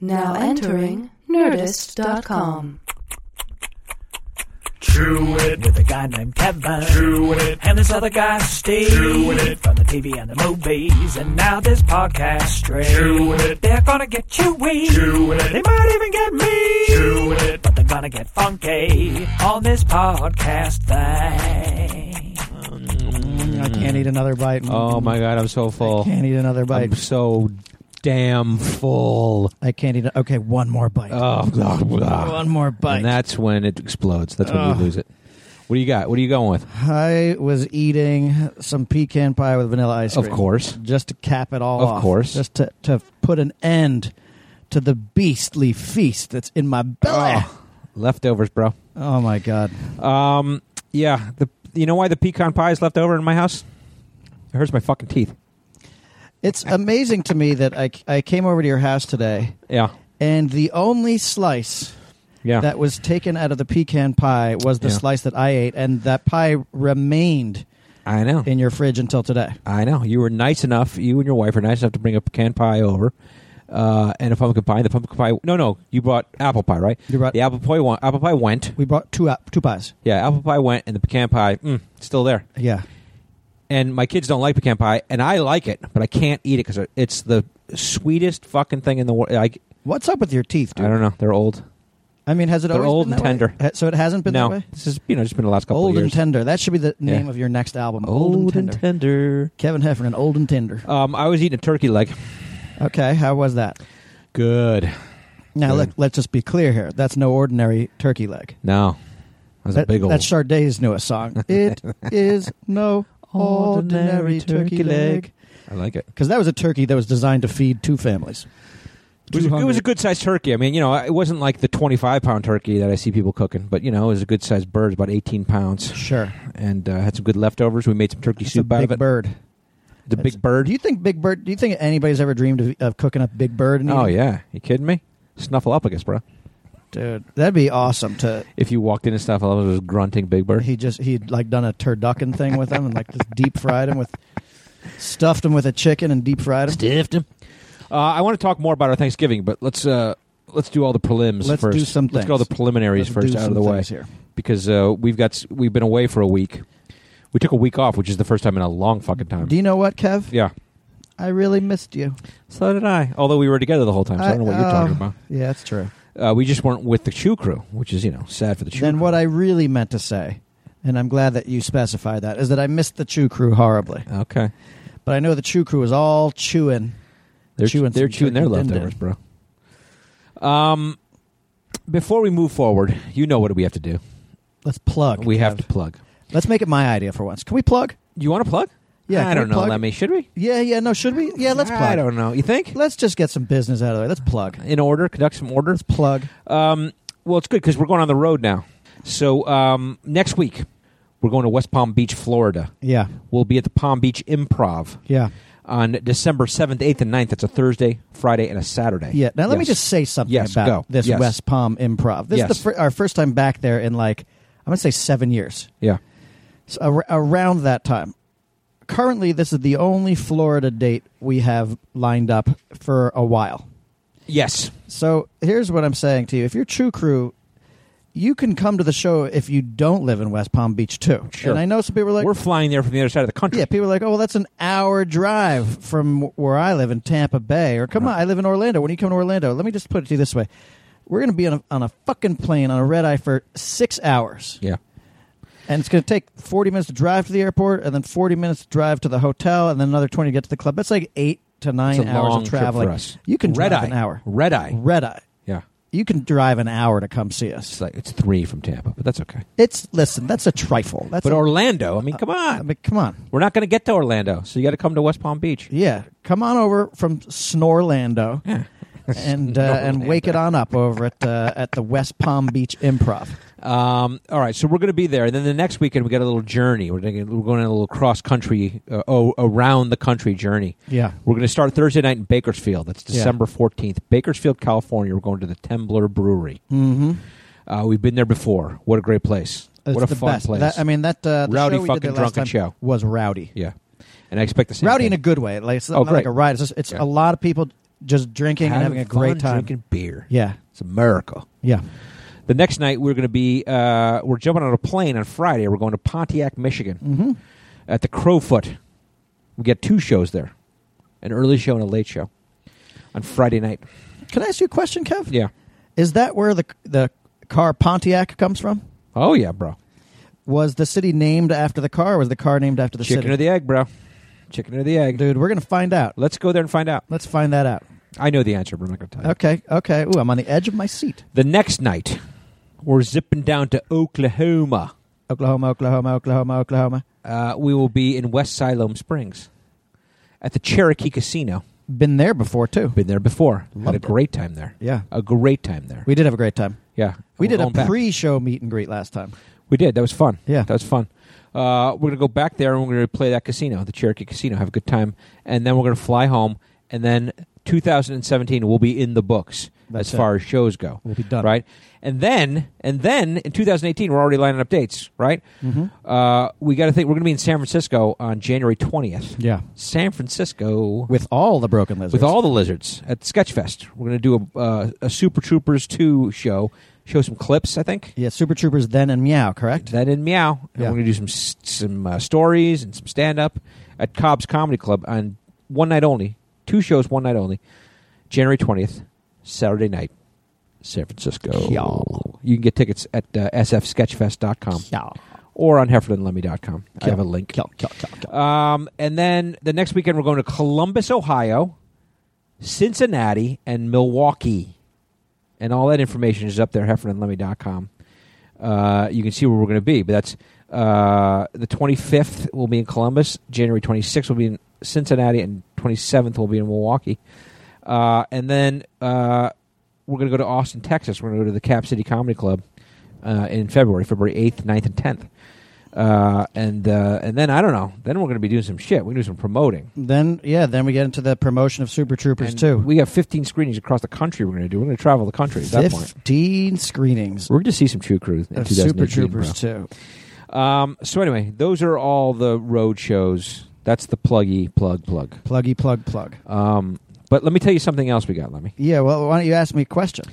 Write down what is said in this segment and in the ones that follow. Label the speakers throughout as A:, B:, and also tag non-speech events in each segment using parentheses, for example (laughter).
A: Now entering Nerdist.com.
B: Chew it.
C: with a guy named Kevin.
B: Chew it.
C: And this other guy, Steve.
B: Chewing it.
C: From the TV and the movies. And now this podcast straight.
B: Chewing it.
C: They're gonna get chewy.
B: Chewing it.
C: They might even get me.
B: Chewing it.
C: But they're gonna get funky on this podcast thing.
D: I can't eat another bite.
E: Oh my god, I'm so
D: I
E: full.
D: can't eat another bite.
E: I'm so damn full.
D: I can't eat. a- Okay, one more bite.
E: Oh god.
D: one more bite.
E: And that's when it explodes. That's when
D: Ugh.
E: we lose it. What do you got? What are you going with?
D: I was eating some pecan pie with vanilla ice cream.
E: Of course.
D: Just to cap it all
E: Of
D: off.
E: course.
D: Just to, to put an end to the beastly feast that's in my belly.
E: Oh, leftovers, bro.
D: Oh, my God.
E: Um yeah, the you know why the pecan pie is left over in my house? It hurts my fucking teeth.
D: It's amazing to me that I, I came over to your house today
E: Yeah.
D: and the only slice
E: Yeah.
D: that was taken out of the pecan pie was the
E: Yeah.
D: slice that I ate, and that pie remained
E: I know.
D: in your fridge until today.
E: I know. You were nice enough. You and your wife were nice enough to bring a pecan pie over. Uh, and a pumpkin pie. The pumpkin pie. No, no. You brought apple pie, right?
D: You brought-
E: the apple pie. One, apple pie went.
D: We brought two up, two pies.
E: Yeah, apple pie went, and the pecan pie mm, still there.
D: Yeah,
E: And my kids don't like pecan pie, and I like it, but I can't eat it because it's the sweetest fucking thing in the world. Like
D: What's up with your teeth, dude?
E: I don't know, they're old.
D: I mean, has it
E: They're
D: always
E: old
D: been
E: and
D: that way?
E: tender.
D: Ha- So it hasn't been
E: no,
D: that way.
E: this is you know just been the last couple
D: Old
E: of
D: and
E: years.
D: tender. That should be the
E: Yeah.
D: name of your next album.
E: Old, and
D: tender.
E: tender.
D: Kevin Heffernan, old and tender.
E: Um, I was eating a turkey leg.
D: Okay, how was that?
E: Good.
D: Now
E: Good.
D: let, let's just be clear here. That's no ordinary turkey leg.
E: No, that was
D: That,
E: a big old.
D: That's Sarday's
E: (laughs)
D: newest song. It is no ordinary turkey leg.
E: I like it.
D: Because that was a turkey that was designed to feed two families.
E: It was, a- it was a
D: 200.
E: good sized turkey. I mean, you know, it wasn't like the twenty five pound turkey that I see people cooking, but you know, it was a good sized bird, about eighteen pounds,
D: Sure.
E: and uh, had some good leftovers. We made some turkey
D: It's a
E: soup out
D: big
E: of it.
D: bird.
E: The
D: That's-
E: big bird.
D: Do you think Big Bird? Do you think anybody's ever dreamed of, of cooking up Big Bird? And
E: Oh
D: eating-
E: yeah, you kidding me? Snuffleupagus, bro.
D: dude, that'd be awesome to.
E: If you walked into Snuffleupagus, it was grunting Big Bird.
D: He just he'd like done a turducken thing with him and like just deep fried him with, stuffed him with a chicken and deep fried him.
E: Stiffed him. Uh, I want to talk more about our Thanksgiving, but let's uh, let's do all the prelims
D: Let's
E: first.
D: do some
E: Let's get all the
D: things.
E: preliminaries
D: Let's
E: first
D: do
E: out
D: some
E: of the way
D: things here.
E: because uh, we've got s- we've been away for a week. We took a week off, which is the first time in a long fucking time.
D: Do you know what, Kev?
E: yeah.
D: I really missed you.
E: So did I. Although we were together the whole time, so I, don't know what you're
D: oh,
E: talking about.
D: Yeah, that's true.
E: Uh, we just weren't with the Chew Crew, which is you know sad for the Chew.
D: Then
E: crew.
D: what I really meant to say, and I'm glad that you specified that, is that I missed the Chew Crew horribly.
E: Okay.
D: But I know the Chew Crew was all chewing.
E: They're
D: Chewing
E: They're
D: some
E: chewing their
D: turkey
E: leftovers, bro. Um, before we move forward, you know what we have to do.
D: Let's plug.
E: We have
D: Kev.
E: to plug.
D: Let's make it my idea for once. Can we plug?
E: You want to plug?
D: Yeah,
E: I
D: can
E: don't
D: we
E: know.
D: plug?
E: I mean, should we?
D: Yeah, yeah. No, should we? Yeah, let's plug.
E: I don't know. You think?
D: Let's just get some business out of the way. Let's plug.
E: In order, conduct some order.
D: Let's plug.
E: Um, well, it's good because we're going on the road now. So um, next week, we're going to West Palm Beach, Florida.
D: Yeah,
E: We'll be at the Palm Beach Improv
D: yeah,
E: on December 7th, 8th, and 9th. That's a Thursday, Friday, and a Saturday.
D: yeah. Now let me
E: Yes.
D: just say something
E: Yes,
D: about
E: go.
D: this
E: Yes.
D: West Palm Improv. This
E: Yes.
D: is the fir- our first time back there in like I'm gonna say seven years.
E: Yeah.
D: So ar- around that time. Currently, this is the only Florida date we have lined up for a while.
E: Yes.
D: So here's what I'm saying to you: If you're True Crew, you can come to the show if you don't live in West Palm Beach too.
E: Sure.
D: And I know some people are like,
E: we're flying there from the other side of the country.
D: Yeah, people are like, oh, well, that's an hour drive from where I live in Tampa Bay. Or come on, I live in Orlando. When you come to Orlando, let me just put it to you this way. We're going to be on a, on a fucking plane on a red eye for six hours.
E: Yeah.
D: And it's going to take 40 minutes to drive to the airport and then 40 minutes to drive to the hotel and then another 20 to get to the club. That's like eight to nine
E: It's a
D: hours
E: long
D: of
E: trip
D: traveling.
E: for us.
D: You can
E: red
D: drive
E: eye
D: an hour.
E: Red eye.
D: Red eye.
E: Yeah.
D: You can drive an hour to come see us.
E: It's like it's three from Tampa, but that's okay.
D: It's, listen, that's a trifle. That's
E: But
D: a,
E: Orlando, I mean, come
D: I
E: on.
D: mean, come on.
E: We're not going to get to Orlando, so you got to come to West Palm Beach.
D: Yeah, come on over
E: (laughs)
D: from Snorlando, and uh, and wake it on up over at uh, at the West Palm Beach Improv.
E: Um, all right, so we're going to be there, and then the next weekend we got a little journey. We're, taking, we're going on a little cross country, uh, oh, around the country journey.
D: Yeah.
E: we're going to start Thursday night in Bakersfield. That's
D: Yeah.
E: December fourteenth, Bakersfield, California. We're going to the Tembler Brewery. Mm-hmm. Uh, we've been there before. What a great place!
D: It's
E: what a
D: the
E: fun
D: best.
E: place!
D: That- I mean, that uh, the
E: Rowdy
D: show we did
E: fucking
D: there last
E: drunken
D: time
E: show.
D: was rowdy,
E: yeah, and I expect the same.
D: rowdy in
E: thing.
D: a good way. Like it's
E: Oh,
D: not like
E: great.
D: a riot. It's, just, it's
E: Yeah.
D: a lot of people just drinking and having a great
E: fun
D: time.
E: drinking beer.
D: Yeah,
E: It's a miracle.
D: yeah.
E: The next night we're going to be uh, we're jumping on a plane on Friday. We're going to Pontiac, Michigan,
D: Mm-hmm.
E: at the Crowfoot. We get two shows there, an early show and a late show on Friday night.
D: Can I ask you a question, Kev?
E: Yeah.
D: Is that where the the car Pontiac comes from?
E: Oh yeah, bro.
D: Was the city named after the car? Or was the car named after the
E: Chicken
D: city?
E: or the egg, bro. Chicken or the egg.
D: Dude, we're gonna find out.
E: Let's go there and find out.
D: Let's find that out.
E: I know the answer, but I'm not going to tell you.
D: Okay, okay. Ooh, I'm on the edge of my seat.
E: The next night, we're zipping down to Oklahoma.
D: Oklahoma, Oklahoma, Oklahoma, Oklahoma.
E: Uh, we will be in West Siloam Springs at the Cherokee Casino.
D: Been there before too.
E: Been there before. Had
D: Loved
E: a
D: it.
E: great time there.
D: Yeah,
E: A great time there.
D: we did have a great time.
E: yeah,
D: We
E: Oh, We're
D: did a
E: going back.
D: pre-show meet and greet last time.
E: We did. That was fun.
D: Yeah.
E: that was fun. Uh, we're gonna go back there and we're gonna play that casino, the Cherokee Casino. Have a good time, and then we're gonna fly home. And then 2017 will be in the books
D: That's
E: as
D: it.
E: far as shows go.
D: We'll be done.
E: Right, and then and then in 2018 we're already lining up dates. Right,
D: Mm-hmm.
E: uh, we got to think we're gonna be in San Francisco on January 20th.
D: Yeah,
E: San Francisco
D: with all the broken lizards.
E: with all the lizards at Sketchfest. We're going to do a, uh, a Super Troopers 2 show, show some clips, I think.
D: yeah, Super Troopers then and Meow, correct?
E: Then in Meow, and
D: Yeah.
E: we're going to do some s- some uh, stories and some stand up at Cobb's Comedy Club on one night only, two shows, one night only, January twentieth, Saturday night, San Francisco.
D: Y'all.
E: You can get tickets at uh, sfsketchfest.com
D: Yeah.
E: or on heffernandlemmy.com. I have a link.
D: Kill, kill, kill, kill.
E: Um, and then the next weekend we're going to Columbus, Ohio, Cincinnati, and Milwaukee. And all that information is up there, heffernanlemmy.com. Uh, you can see where we're going to be. But that's uh, the 25th will be in Columbus, January 26th will be in Cincinnati, and 27th will be in Milwaukee. Uh, and then uh, we're going to go to Austin, Texas. We're going to go to the Cap City Comedy Club uh, in February, February 8th, 9th, and 10th. Uh, and uh, and then I don't know. Then we're going to be doing some shit. We do some promoting.
D: Then yeah, then we get into the promotion of Super Troopers
E: And
D: too.
E: We have 15 screenings across the country. We're going to do. We're going to travel the country at that point.
D: Fifteen screenings
E: We're going to see some True Crew in
D: of
E: 2018,
D: Super Troopers
E: bro.
D: too.
E: Um, so anyway, those are all the road shows. That's the pluggy plug plug.
D: Pluggy plug plug.
E: Um, but let me tell you something else we got, Lemmy.
D: Yeah, well, why don't you ask me a question?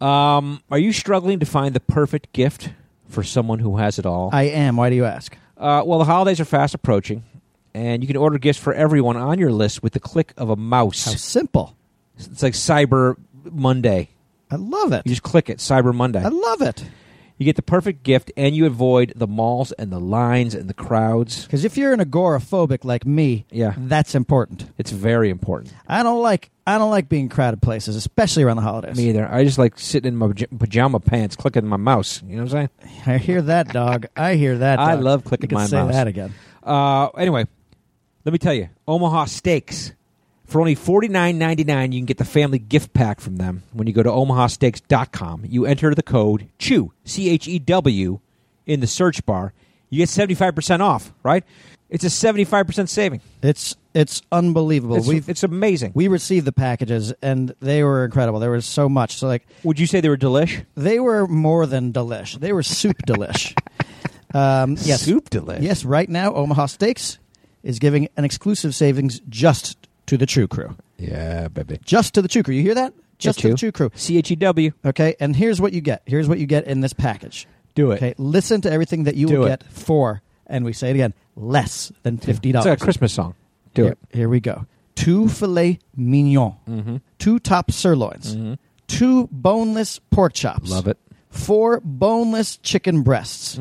E: Um, are you struggling to find the perfect gift for someone who has it all?
D: I am. Why do you ask?
E: Uh, well, the holidays are fast approaching, and you can order gifts for everyone on your list with the click of a mouse.
D: How simple.
E: It's like Cyber Monday.
D: I love it.
E: You just click it, Cyber Monday.
D: I love it.
E: You get the perfect gift, and you avoid the malls and the lines and the crowds.
D: Because if you're an agoraphobic like me,
E: Yeah.
D: that's important.
E: It's very important.
D: I don't like I don't like being in crowded places, especially around the holidays.
E: Me either. I just like sitting in my paj- pajama pants, clicking my mouse. You know what I'm saying?
D: I hear that dog. I hear that. Dog.
E: I love clicking
D: you can
E: my
D: say
E: mouse.
D: that again.
E: Uh, anyway, let me tell you, Omaha Steaks. For only forty nine ninety nine, you can get the family gift pack from them when you go to omahasteaks.com. You enter the code CHEW, C H E W, in the search bar. You get 75% off, right? It's a 75% saving.
D: It's it's unbelievable.
E: It's,
D: we
E: it's amazing.
D: we received the packages and they were incredible. There was so much. So like
E: Would you say they were delish?
D: they were more than delish. They were soup (laughs) delish. Um, yes,
E: Soup delish.
D: Yes, right now Omaha Steaks is giving an exclusive savings just to the True Crew.
E: Yeah, baby.
D: Just to the True Crew. You hear that? Just to the True Crew.
E: C H E W.
D: Okay, and here's what you get. Here's what you get in this package.
E: Do it.
D: Okay, listen to everything that you
E: Do
D: will
E: it.
D: get for, and we say it again, less than fifty
E: It's
D: dollars.
E: like a Christmas song. Do
D: here,
E: it. Mm-hmm.
D: Here we go. Two filet mignon, two top sirloins, two boneless pork chops.
E: Love it. Mm.
D: Four boneless chicken breasts.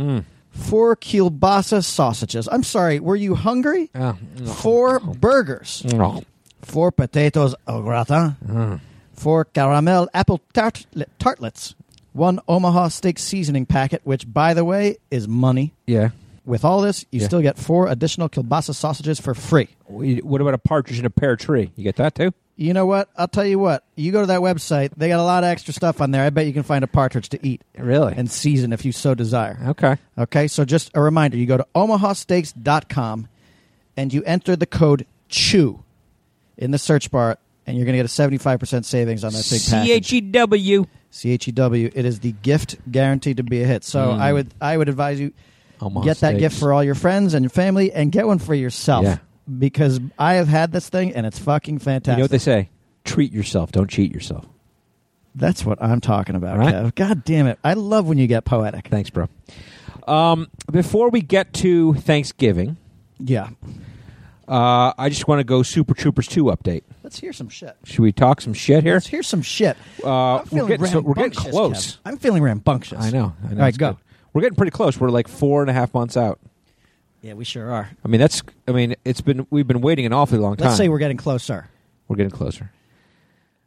D: Four kielbasa sausages. I'm sorry, were you hungry?
E: Oh,
D: Four burgers.
E: oh.
D: Four potatoes au gratin. Four caramel apple tartlet- tartlets. One Omaha steak seasoning packet, which, by the way, is money.
E: Yeah.
D: With all this, you
E: Yeah.
D: still get four additional kielbasa sausages for free.
E: What about a partridge in a pear tree? You get that too?
D: You know what? I'll tell you what. You go to that website, they got a lot of extra stuff on there. I bet you can find a partridge to eat
E: Really?
D: and season if you so desire.
E: okay.
D: Okay, so just a reminder you go to omahasteaks.com and you enter the code CHEW in the search bar, and you're going to get a 75% savings on that big
E: C
D: package.
E: H E W.
D: C H E W. It is the gift guaranteed to be a hit. So
E: Mm.
D: I would I would advise you
E: Omaha
D: get that
E: Steaks.
D: gift for all your friends and your family, and get one for yourself
E: Yeah.
D: because I have had this thing and it's fucking
E: You
D: fantastic.
E: know what they say? treat yourself. Don't cheat yourself.
D: That's what I'm talking about,
E: Right.
D: Kev. God damn it. I love when you get poetic.
E: Thanks, bro. Um, before we get to Thanksgiving,
D: Yeah.
E: uh, I just want to go Super Troopers 2 update.
D: Let's hear some shit.
E: Should we talk some shit here?
D: Let's hear some shit.
E: Uh,
D: I'm
E: we're
D: feeling
E: getting, so we're getting
D: rambunctious,
E: close.
D: Kev. I'm feeling rambunctious.
E: I know. I know
D: All right,
E: It's
D: go.
E: good. We're getting pretty close. We're like four and a half months out.
D: Yeah, we sure are.
E: I mean, that's. I mean, it's been we've been waiting an awfully long time.
D: Let's say we're getting closer.
E: we're getting closer.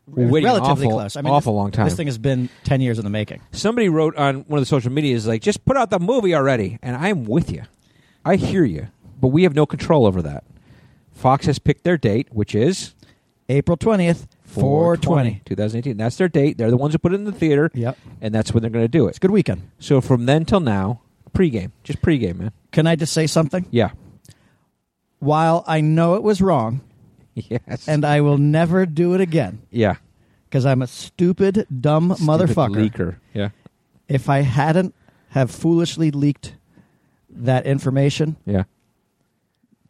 E: We're waiting an
D: Relatively
E: awful,
D: close. I mean,
E: awful
D: this-
E: long time.
D: This thing has been 10 years in the making.
E: Somebody wrote on one of the social medias like, "Just put out the movie already." And I'm with you. I hear you, but we have no control over that. Fox has picked their date, which is
D: April 20th, 420.
E: 2018. That's their date. They're the ones who put it in the theater,
D: Yep.
E: and that's when they're going to do
D: It's
E: it.
D: a good weekend.
E: So from then till now, pregame, just pregame, man.
D: Can I just say something?
E: Yeah. (laughs)
D: While I know it was wrong,
E: Yes.
D: and I will never do it again
E: yeah.
D: because I'm a stupid, dumb motherfucker.
E: Stupid leaker. Yeah.
D: If I hadn't have foolishly leaked that information,
E: Yeah.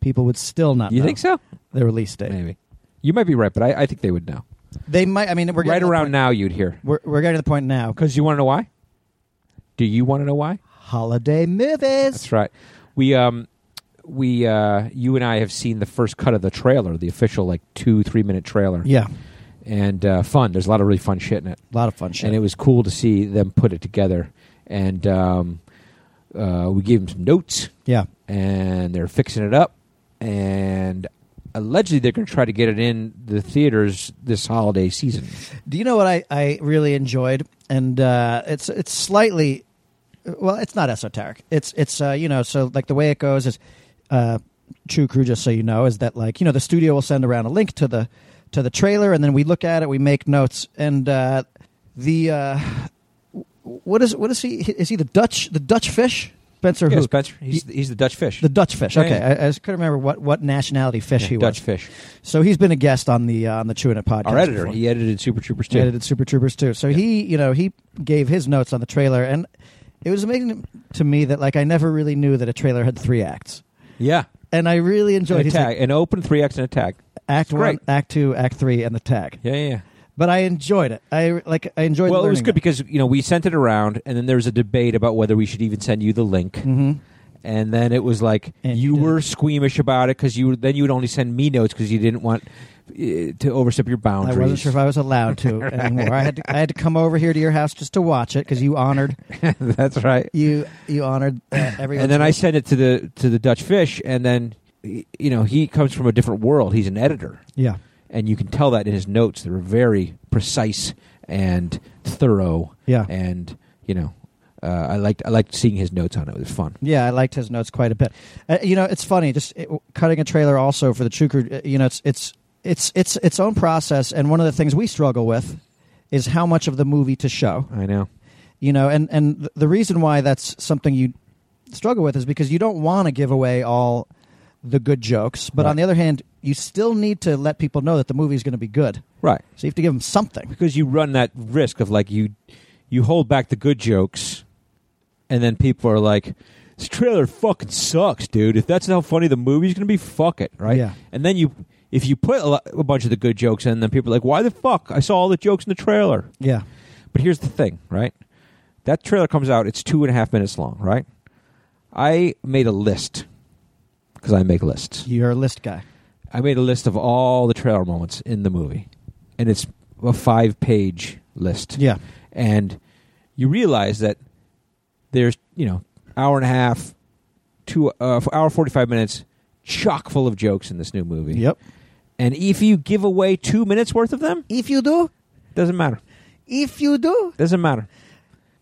D: people would still not
E: You
D: know
E: think so?
D: the release date.
E: Maybe. You might be right, but I, I think they would know.
D: They might. I mean, we're
E: right
D: getting to the
E: around
D: point-
E: now, you'd hear.
D: We're, we're getting to the point now.
E: Because you want to know why? Do you want to know why?
D: Holiday movies.
E: That's right. We um we uh you and I have seen the first cut of the trailer, the official like two three minute trailer.
D: Yeah,
E: And uh, fun. There's a lot of really fun shit in it,
D: a lot of fun shit.
E: and it was cool to see them put it together. And um, uh, we gave them some notes,
D: yeah,
E: and they're fixing it up. And allegedly, they're going to try to get it in the theaters this holiday season.
D: Do you know what I, I really enjoyed? And uh, it's it's slightly, well, it's not esoteric. It's it's uh, you know so like the way it goes is, uh, True Crew. Just so you know, is that like you know the studio will send around a link to the to the trailer, and then we look at it, we make notes, and uh, the uh, what is what is he? Is he the Dutch the Dutch fish? Spencer
E: Yeah,
D: Hook?
E: Spencer. He's, he's the Dutch fish.
D: The Dutch fish.
E: Yeah,
D: Okay,
E: yeah.
D: I, I just couldn't remember what, what nationality fish
E: Yeah,
D: he
E: Dutch
D: was.
E: fish.
D: So he's been a guest on the uh, on the Chewing It podcast.
E: Our editor.
D: before.
E: He edited Super Troopers
D: He
E: too.
D: edited Super Troopers too. So he, you know, he gave his notes on the trailer, and it was amazing to me that like I never really knew that a trailer had three acts,
E: Yeah.
D: and I really
E: An
D: enjoyed. He's
E: attack.
D: like,
E: An open three X and attack.
D: act
E: It's
D: one,
E: great.
D: act two, act three, and the tag.
E: Yeah, yeah. yeah.
D: But I enjoyed it. I like I enjoyed.
E: Well, it was
D: learning
E: good because you know we sent it around, and then there was a debate about whether we should even send you the link.
D: Mhm.
E: And then it was like
D: And
E: you
D: you did.
E: were squeamish about it because you were- then you would only send me notes because you didn't want uh, to overstep your
D: I
E: boundaries.
D: wasn't sure if I was allowed
E: (laughs)
D: to anymore. I had to, I had to come over here to your house just to watch it because you honored
E: (laughs) That's right.
D: you you honored uh, everyone.
E: and then I sent it to the to the Dutch fish, and then y- you know he comes from a different world. He's an editor,
D: yeah
E: and you can tell that in his notes. They were very precise and thorough,
D: yeah
E: and you know uh, I liked I liked seeing his notes on it. It was fun.
D: Yeah, I liked his notes quite a bit. Uh, you know, it's funny just it, cutting a trailer also for the True Crew. uh, You know, it's it's it's it's its own process, and one of the things we struggle with is how much of the movie to show.
E: I know.
D: You know, and and th- the reason why that's something you struggle with is because you don't want to give away all the good jokes, but
E: Right.
D: on the other hand, you still need to let people know that the movie is going to be good.
E: Right.
D: So you have to give them something.
E: Because you run that risk of like you you hold back the good jokes and then people are like this trailer fucking sucks, dude. If that's how funny the movie's going to be, fuck it, right?
D: Yeah.
E: And then you if you put a, lo- a bunch of the good jokes in, then people are like, "Why the fuck? I saw all the jokes in the trailer."
D: Yeah.
E: But here's the thing, right? That trailer comes out; it's two and a half minutes long, right? I made a list because I make lists.
D: You're a list guy.
E: I made a list of all the trailer moments in the movie, and it's a five-page list.
D: Yeah.
E: and you realize that there's you know hour and a half, two uh, hour forty-five minutes, chock full of jokes in this new movie.
D: Yep.
E: And if you give away two minutes worth of them,
D: If you do,
E: doesn't matter.
D: if you do,
E: Doesn't matter.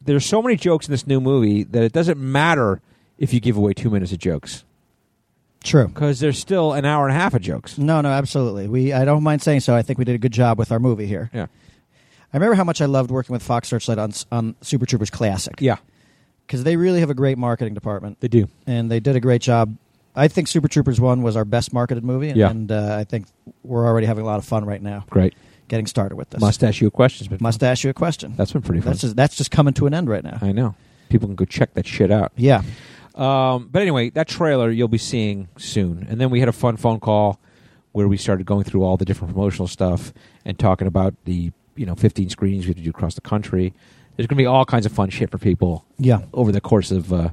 E: There's so many jokes in this new movie that it doesn't matter if you give away two minutes of jokes
D: true.
E: because there's still an hour and a half of jokes.
D: No, no, absolutely. We I don't mind saying so. I think we did a good job with our movie here.
E: Yeah.
D: I remember how much I loved working with Fox Searchlight on on Super Troopers Classic.
E: Yeah,
D: because they really have a great marketing department,
E: they do.
D: and they did a great job. I think Super Troopers One was our best marketed movie, and,
E: Yeah.
D: and uh, I think we're already having a lot of fun right now
E: Great.
D: getting started with this.
E: Mustachio questions, but
D: Must ask you a question.
E: That's been pretty fun.
D: That's just, that's just coming to an end right now.
E: I know. People can go check that shit out.
D: yeah,
E: Um, but anyway, that trailer you'll be seeing soon. And then we had a fun phone call where we started going through all the different promotional stuff and talking about the you know 15 screenings we have to do across the country. There's going to be all kinds of fun shit for people
D: Yeah.
E: over the course of uh,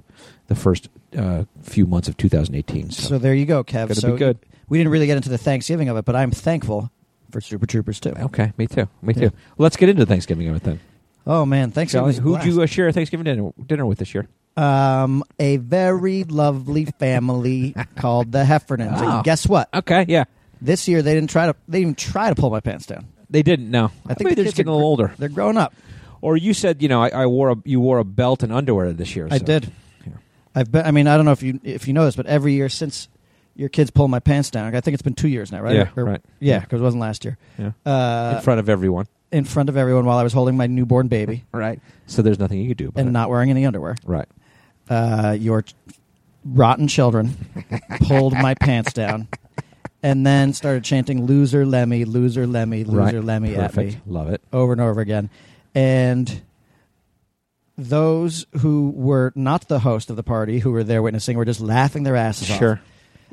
E: the first uh, few months of 2018. So,
D: So there you go, Kev.
E: Gotta
D: so
E: be good.
D: We didn't really get into the Thanksgiving of it, but I'm thankful for Super Troopers too.
E: okay, me too, me too.
D: Yeah.
E: Let's get into Thanksgiving of it then.
D: Oh man, Thanksgiving.
E: Sally,
D: was a
E: who'd you
D: blast.
E: uh, share a Thanksgiving dinner, dinner with this year?
D: Um, a very lovely
E: (laughs)
D: family called the Heffernans.
E: Oh.
D: And guess what?
E: Okay, yeah,
D: This year they didn't try to. They didn't even try to pull my pants down.
E: they didn't. No, I think they're
D: the kids
E: just getting
D: are
E: a little older.
D: They're grown up.
E: Or you said, you know, I, I wore a you wore a belt and underwear this year.
D: I
E: so-
D: did.
E: Yeah.
D: I've been. I mean, I don't know if you if you know this, but every year since your kids pulled my pants down, I think it's been two years now, right?
E: Yeah, right.
D: Yeah, because it wasn't last year.
E: Yeah.
D: Uh,
E: in front of everyone.
D: in front of everyone while I was holding my newborn baby
E: Right. So there's nothing you could do about
D: and
E: it.
D: not wearing any underwear.
E: right.
D: uh, your ch- rotten children
E: (laughs)
D: pulled my pants down and then started chanting loser lemmy loser lemmy loser
E: right.
D: lemmy
E: Perfect.
D: at me
E: Love it.
D: over and over again and those who were not the host of the party who were there witnessing were just laughing their asses off
E: Sure.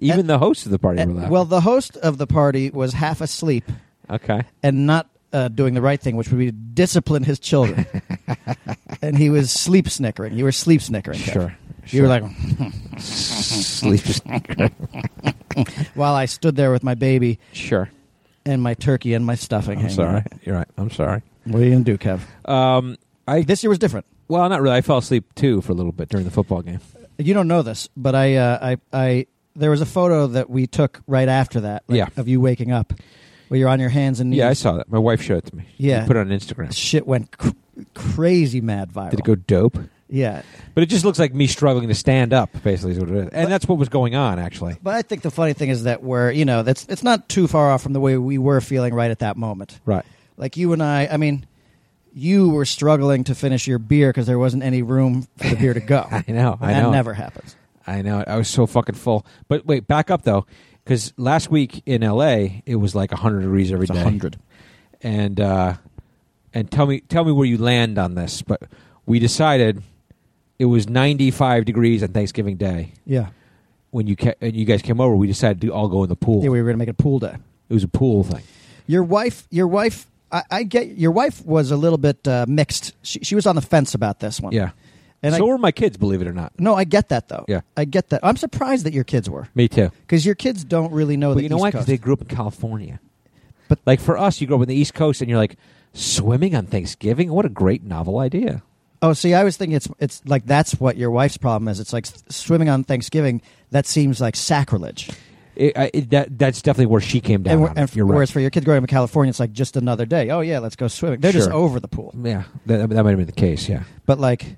E: Even
D: And-
E: the host of the party were
D: And-
E: laughing.
D: well the host of the party was half asleep
E: okay.
D: and not uh, doing the right thing which would be to discipline
E: (laughs)
D: his children and he was sleep snickering you were sleep snickering Kev.
E: Sure.
D: you were like (laughs)
E: sleep.
D: while I stood there with my baby
E: sure.
D: and my turkey and my stuffing.
E: I'm
D: hanging
E: sorry.
D: out.
E: You're right. I'm sorry.
D: What are you gonna do, Kev?
E: Um, I
D: This year was different.
E: well, not really. I fell asleep too for a little bit during the football game.
D: You don't know this, but I, uh, I, I, there was a photo that we took right after that, like,
E: Yeah.
D: of you waking up, where you're on your hands and knees.
E: Yeah, I saw that. My wife showed it to me.
D: Yeah.
E: She put it on Instagram.
D: Shit went cr- crazy mad viral.
E: Did it go dope?
D: Yeah,
E: But it just looks like me struggling to stand up. Basically, is what it is, and that's what was going on actually.
D: but I think the funny thing is that we're, you know, that's it's not too far off from the way we were feeling right at that moment.
E: Right.
D: Like you and I, I mean. You were struggling to finish your beer because there wasn't any room for the beer to go.
E: (laughs) I know. I
D: that
E: know.
D: never happens.
E: I know. I was so fucking full. But wait, back up though, because last week in L.A. it was like hundred degrees every
D: It's
E: day.
D: 100.
E: And uh, and tell me tell me where you land on this. But we decided it was ninety five degrees on Thanksgiving Day
D: Yeah.
E: when you ca- and you guys came over. We decided to all go in the pool.
D: Yeah, we were going to make it a pool day.
E: it was a pool thing.
D: Your wife, your wife, I, I get your wife was a little bit uh, mixed. She, she was on the fence about this one.
E: Yeah.
D: and
E: so
D: I,
E: were my kids, believe it or not.
D: no, I get that though.
E: Yeah.
D: I get that. I'm surprised that your kids were
E: Me too.
D: because your kids don't really know
E: But
D: the
E: you know
D: East
E: why? Because
D: Coast.
E: they grew up in California.
D: But-
E: like for us, you grow up in the East Coast, and you're like swimming on Thanksgiving. What a great novel idea!
D: oh, see, I was thinking it's it's like that's what your wife's problem is. It's like s- swimming on Thanksgiving. That seems like sacrilege.
E: It, I, it, that that's definitely where she came down.
D: and
E: on
D: and
E: it.
D: f-
E: You're right.
D: whereas for your kids growing up in California, it's like just another day. Oh yeah, let's go swimming. They're just
E: Sure.
D: over the pool.
E: yeah, that, that might have been the case. Yeah,
D: But like,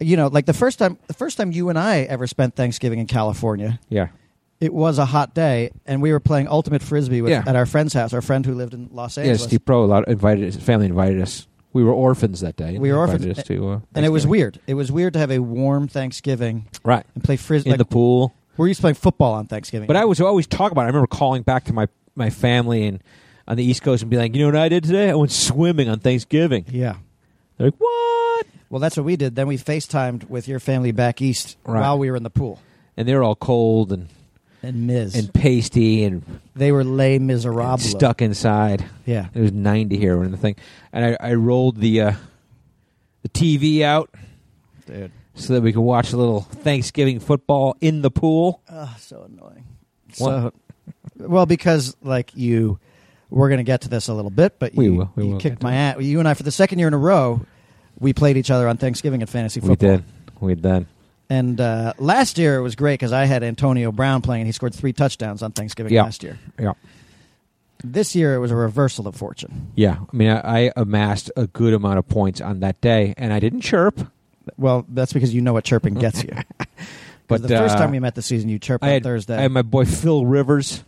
D: you know, like the first time the first time you and I ever spent Thanksgiving in California.
E: yeah,
D: it was a hot day, and we were playing ultimate frisbee with,
E: Yeah.
D: at our friend's house. Our friend who lived in Los
E: yeah.
D: Angeles,
E: Steve Pro allowed, invited his family invited us. We were orphans that day. and
D: We
E: they
D: were
E: invited
D: orphans.
E: us to, uh,
D: and it was
E: Thanksgiving.
D: weird. It was weird to have a warm Thanksgiving
E: right
D: and play frisbee.
E: in the pool.
D: we're used to playing football on Thanksgiving,
E: But I was always talk about. it. I remember calling back to my my family and on the East Coast and be like, you know what I did today? I went swimming on Thanksgiving.
D: yeah.
E: They're like, what?
D: Well, that's what we did. Then we Facetimed with your family back east
E: Right.
D: while we were in the pool.
E: And they're all cold and
D: And Miz,
E: and pasty and,
D: they were Les
E: and
D: Miserables.
E: stuck inside.
D: Yeah,
E: It was 90 here when the thing, and I, I rolled the uh, the TV out
D: dude.
E: so that we could watch a little Thanksgiving football in the pool.
D: Oh, so annoying.
E: What?
D: So, well, because like you, we're going to get to this a little bit, but
E: We
D: you,
E: will. We
D: you
E: will get
D: kicked
E: to
D: my ass. You and I, for the second year in a row, we played each other on Thanksgiving at fantasy football.
E: We did. We did.
D: And uh, last year it was great because I had Antonio Brown playing, and he scored three touchdowns on Thanksgiving
E: Yeah.
D: last year.
E: Yeah.
D: This year it was a reversal of fortune.
E: Yeah. I mean, I, I amassed a good amount of points on that day, and I didn't chirp.
D: Well, that's because you know what chirping gets
E: (laughs)
D: you. 'Cause
E: But,
D: the first
E: uh,
D: time we met this season, you chirped
E: I
D: on
E: had
D: Thursday.
E: I had my boy Phil Rivers.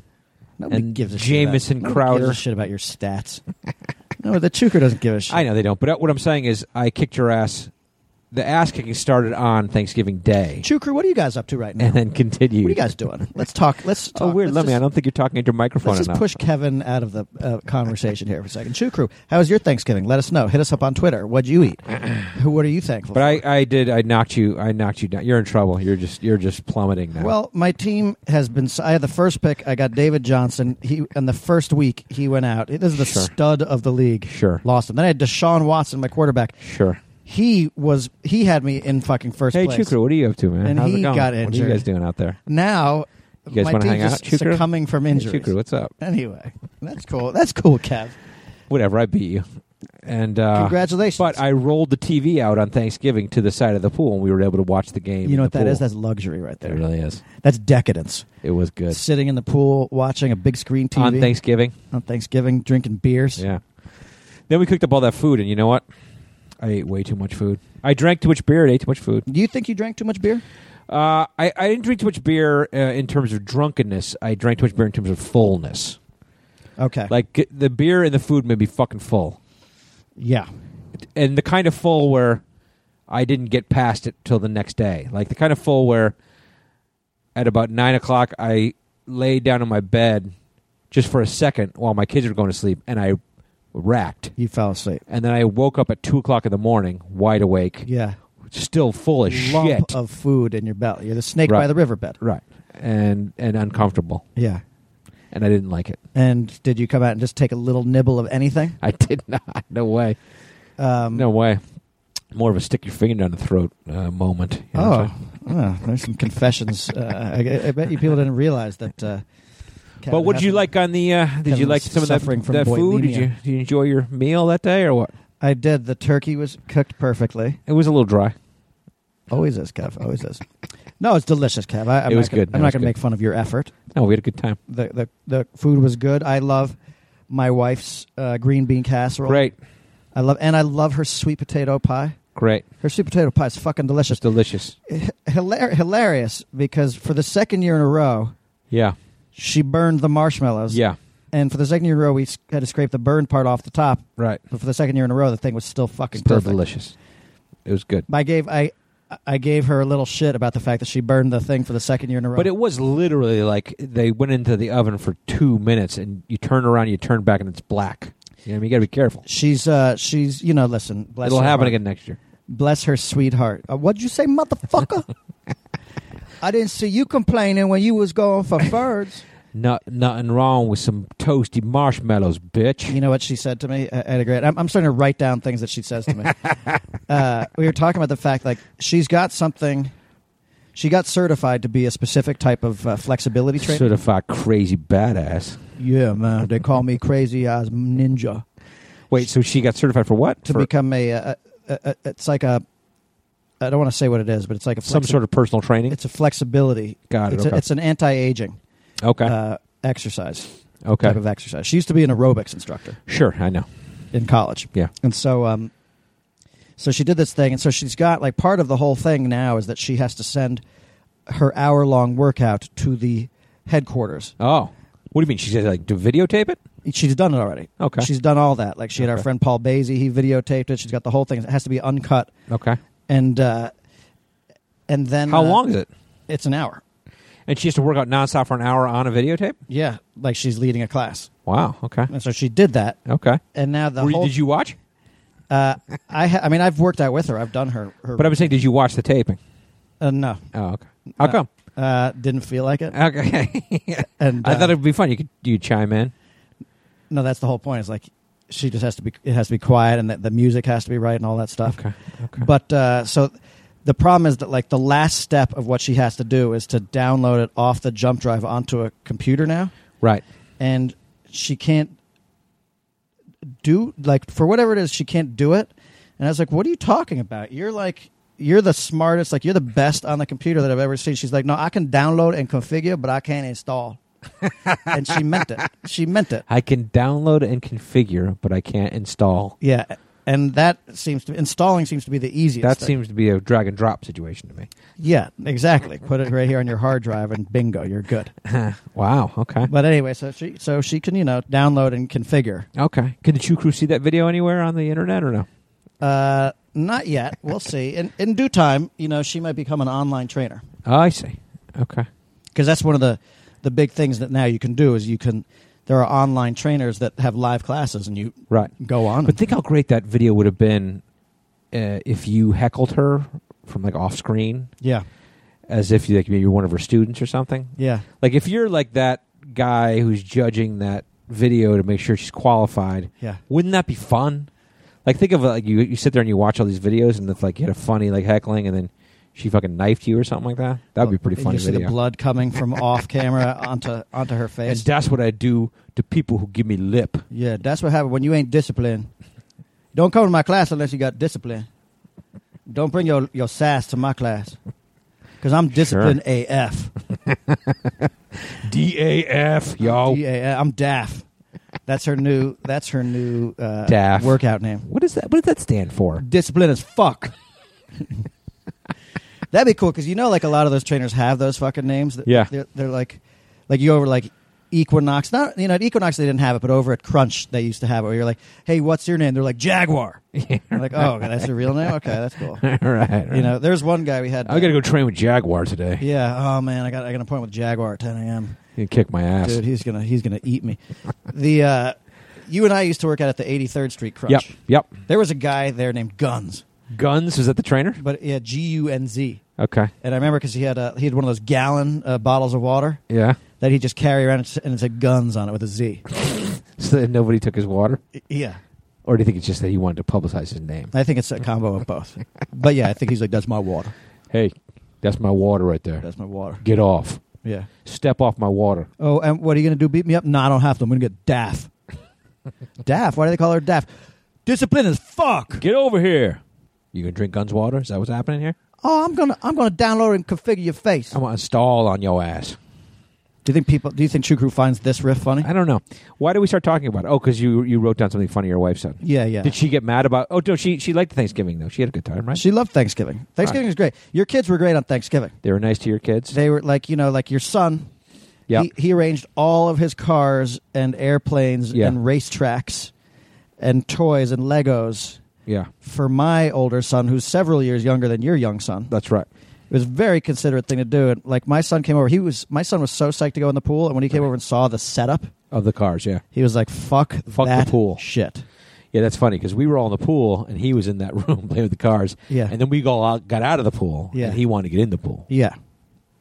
D: Nobody
E: and
D: gives a
E: Jamison
D: shit about, nobody
E: Crowder.
D: gives a shit about
E: (laughs)
D: your stats. no, the Chuker doesn't give a shit.
E: I know they don't, but what I'm saying is, I kicked your ass the ass kicking started on Thanksgiving Day
D: Chew Crew, what are you guys up to right now?
E: and then continued.
D: What are you
E: (laughs)
D: guys doing? Let's talk. Let's talk.
E: Oh, weird.
D: Let's
E: Let me. I
D: just-
E: don't think you're talking into your microphone
D: Let's just
E: enough.
D: push Kevin out of the uh, conversation here for a second. Chew Crew, how was your Thanksgiving? Let us know. Hit us up on Twitter. What'd
E: (clears throat)
D: you eat? Who? What are you thankful?
E: But
D: for?
E: I, I did. I knocked you. I knocked you down. You're in trouble. You're just. You're just plummeting now.
D: Well, my team has been. I had the first pick. I got David Johnson. He in the first week he went out. This is the
E: Sure.
D: stud of the league.
E: Sure.
D: lost him. Then I had Deshaun Watson, my quarterback.
E: sure.
D: He was. He had me in fucking first
E: Hey,
D: place.
E: Chukru, what are you up to, man?
D: And
E: How's
D: he
E: it going?
D: got
E: What are
D: injured.
E: you guys doing out there?
D: Now,
E: You guys
D: my
E: wanna
D: team
E: hang
D: just
E: out, Chukru?
D: sucumbing from
E: Hey,
D: injuries.
E: Chukru, what's up?
D: Anyway, that's cool. That's cool, Kev.
E: Whatever. I beat you. And uh,
D: Congratulations.
E: But I rolled the TV out on Thanksgiving to the side of the pool, and we were able to watch the game.
D: you know
E: in
D: what
E: the
D: that
E: pool.
D: is? That's luxury right
E: it
D: there.
E: really is.
D: That's decadence.
E: It was good
D: Sitting in the pool, watching a big screen TV
E: on Thanksgiving.
D: on Thanksgiving, drinking beers.
E: Yeah. Then we cooked up all that food, and you know what? I ate way too much food. I drank too much beer and ate too much food.
D: Do you think you drank too much beer?
E: Uh, I, I didn't drink too much beer uh, in terms of drunkenness. I drank too much beer in terms of fullness.
D: Okay.
E: Like g- the beer and the food made me fucking full,
D: yeah.
E: and the kind of full where I didn't get past it till the next day. Like the kind of full where at about nine o'clock I lay down in my bed just for a second while my kids were going to sleep, and I racked.
D: You fell asleep.
E: And then I woke up at two o'clock in the morning, wide awake,
D: Yeah.
E: still full of
D: Lump
E: shit,
D: of food in your belly. You're the snake
E: Right.
D: by the riverbed.
E: right? And and uncomfortable,
D: Yeah.
E: and I didn't like it.
D: And did you come out and just take a little nibble of anything?
E: I did (laughs) not. No way.
D: Um,
E: No way. More of a stick your finger down the throat uh, moment. You know what I'm
D: Oh,
E: saying?
D: oh, there's some confessions. uh, I, I bet you people didn't realize that. Uh,
E: But what did you like on the? Uh, did you
D: Kevin's
E: like some of that,
D: suffering from
E: that food? Did
D: bulimia.
E: you, did you enjoy your meal that day or what?
D: I did. The turkey was cooked perfectly.
E: It was a little dry.
D: Always is, Kev. Always is. No, it's delicious, Kev. I, I'm
E: It was
D: not gonna,
E: good. It
D: I'm not
E: was
D: going to
E: good.
D: make fun of your effort.
E: No, we had a good time.
D: The the, the food was good. I love my wife's uh, green bean casserole.
E: Great,
D: I love and I love her sweet potato pie.
E: great,
D: Her sweet potato pie is fucking delicious.
E: just delicious.
D: H- hilar- hilarious because for the second year in a row,
E: Yeah,
D: she burned the marshmallows.
E: yeah,
D: And for the second year in a row, we s- had to scrape the burned part off the top.
E: right.
D: But for the second year in a row, the thing was still fucking
E: Still
D: perfect.
E: delicious. It was good.
D: I gave I I gave her a little shit about the fact that she burned the thing for the second year in a row.
E: But it was literally like they went into the oven for two minutes, and you turn around, you turn back, and it's black. You know, what I mean, you got to be careful.
D: she's uh she's you know listen bless
E: It'll
D: her
E: happen
D: heart.
E: again next year.
D: Bless her sweetheart. Uh, what'd you say,
E: (laughs)
D: motherfucker? I didn't see you complaining when you was going for birds.
E: Not, nothing wrong with some toasty marshmallows, bitch.
D: You know what she said to me? I, I had a great. I'm, I'm starting to write down things that she says to me.
E: (laughs)
D: uh, we were talking about the fact like she's got something. She got certified to be a specific type of uh, flexibility trainer.
E: certified crazy badass.
D: yeah, man. They call me crazy eyes ninja
E: Wait, so she got certified for what?
D: to
E: For
D: become a, uh a, a, It's like a. I don't want to say what it is, but it's like a
E: some
D: flexi-
E: sort of personal training.
D: It's a flexibility.
E: Got it.
D: It's,
E: okay.
D: a, it's an anti-aging
E: okay.
D: uh, exercise
E: okay.
D: type of exercise. She used to be an aerobics instructor
E: Sure. I know.
D: in college.
E: Yeah.
D: And so um so she did this thing and so she's got like part of the whole thing now is that she has to send her hour long workout to the headquarters.
E: Oh, what do you mean? She said like to videotape it.
D: She's done it already.
E: Okay.
D: She's done all that. Like she had our
E: Okay.
D: friend Paul Basie, he videotaped it. She's got the whole thing. It has to be uncut
E: okay.
D: and uh and then
E: How
D: uh,
E: long is it?
D: It's an hour.
E: And she has to work out nonstop for an hour on a videotape.
D: Yeah, like she's leading a class.
E: Wow. Okay.
D: And so she did that
E: Okay.
D: and now Uh, the
E: Were you-
D: whole
E: did you watch?
D: uh I ha- I mean I've worked out with her. I've done her her
E: But I was saying, did you watch the taping?
D: uh, no.
E: Oh, okay. How
D: No.
E: come?
D: Uh didn't feel like it.
E: Okay. (laughs)
D: And
E: I
D: uh,
E: thought it'd be fun. You could you chime in.
D: No, that's the whole point. Is like she just has to be. It has to be quiet, and that the music has to be right, and all that stuff.
E: Okay. Okay.
D: But uh, so the problem is that like the last step of what she has to do is to download it off the jump drive onto a computer now,
E: Right.
D: and she can't do like for whatever it is she can't do it. And I was like, "What are you talking about? You're like." You're the smartest, like you're the best on the computer that I've ever seen. She's like, no, I can download and configure, but I can't install. and she meant it. She meant it.
E: I can download and configure, but I can't install.
D: Yeah, and that seems to installing seems to be the easiest.
E: That
D: thing.
E: seems to be a drag and drop situation to me.
D: yeah, exactly. Put it right here on your hard drive, and bingo, you're good.
E: (laughs) Wow. Okay.
D: But anyway, so she so she can you know download and configure.
E: Okay. Can the Chew Crew see that video anywhere on the internet or no?
D: Uh, Not yet. We'll see. In, in due time, you know, she might become an online trainer
E: Oh, I see. Okay.
D: because that's one of the the big things that now you can do is you can. There are online trainers that have live classes, and you
E: Right.
D: go on.
E: But think how great that video would have been uh, if you heckled her from like off screen,
D: yeah,
E: as if you like maybe you're one of her students or something.
D: yeah,
E: Like if you're like that guy who's judging that video to make sure she's qualified,
D: yeah,
E: wouldn't that be fun? Like think of uh, like you you sit there and you watch all these videos and it's like you had a funny like heckling and then she fucking knifed you or something like that. That'd be a pretty
D: And
E: funny
D: You see the
E: video.
D: blood coming
E: (laughs)
D: from off camera onto onto her
E: and
D: face.
E: that's what I do to people who give me lip.
D: yeah, that's what happened when you ain't disciplined. Don't come to my class unless you got discipline. Don't bring your your sass to my class because I'm disciplined AF.
E: D A F, yo.
D: Yeah, uh, I'm Daff. That's her new. That's her new uh,
E: Daff.
D: workout name.
E: What is that? What does that stand
D: (laughs)
E: for? (laughs)
D: discipline as fuck. That'd be cool because you know, like a lot of those trainers have those fucking names. that-
E: Yeah.
D: they're, they're like, like you go over like Equinox. Not you know at Equinox they didn't have it, but over at Crunch they used to have it. Where you're like, hey, what's your name? They're
E: (laughs)
D: like Jaguar. I'm like, oh, okay, that's your real name. Okay, that's cool.
E: right, right.
D: You know, there's one guy we had.
E: I got to go train with Jaguar today.
D: Yeah. Oh man, I got I got an appointment with Jaguar at 10 a.m.
E: He kick my ass.
D: Dude, he's gonna he's gonna eat me. the uh, you and I used to work out at the 83rd Street
E: yep,
D: Crunch.
E: yep.
D: There was a guy there named Guns,
E: Guns was that the trainer?
D: but yeah, G U N Z.
E: Okay.
D: And I remember because he had a, he had one of those gallon uh, bottles of water
E: Yeah.
D: that he just carry around and s- and it said guns on it with a Z.
E: So that nobody took his water,
D: I- yeah,
E: or do you think it's just that he wanted to publicize his name?
D: I think it's a combo of both. But yeah, I think he's like, "That's my water.
E: Hey, that's my water right there.
D: That's my water."
E: Get off.
D: Yeah.
E: Step off my water.
D: Oh, and what are you gonna do? Beat me up? No, I don't have to. I'm gonna get daff. daff. Why do they call her daff? Discipline is fuck.
E: Get over here. You gonna drink Guns water? Is that what's happening here?
D: Oh, I'm gonna I'm gonna download and configure your face.
E: I want to stall on your ass.
D: Do you think people? Do you think True Crew finds this riff funny?
E: I don't know. Why did we start talking about it? Oh, because you you wrote down something funny your wife said.
D: Yeah, yeah.
E: Did she get mad about? Oh, no, she she liked Thanksgiving though. She had a good time, right?
D: She loved Thanksgiving. Thanksgiving is great. Your kids were great on Thanksgiving.
E: they were nice to your kids.
D: They were like, you know, like your son.
E: Yeah.
D: He, he arranged all of his cars and airplanes
E: Yeah.
D: and racetracks and toys and Legos
E: yeah,
D: for my older son, who's several years younger than your young son.
E: that's right.
D: It was a very considerate thing to do. And like my son came over, he was my son was so psyched to go in the pool, and when he came over and saw the setup,
E: Of the cars, yeah.
D: he was like, "Fuck,
E: the
D: that
E: pool.
D: shit."
E: Yeah, that's funny because we were all in the pool and he was in that (laughs) room playing with the cars.
D: Yeah.
E: And then we all out, got out of the pool
D: Yeah.
E: and he wanted to get in the pool.
D: Yeah,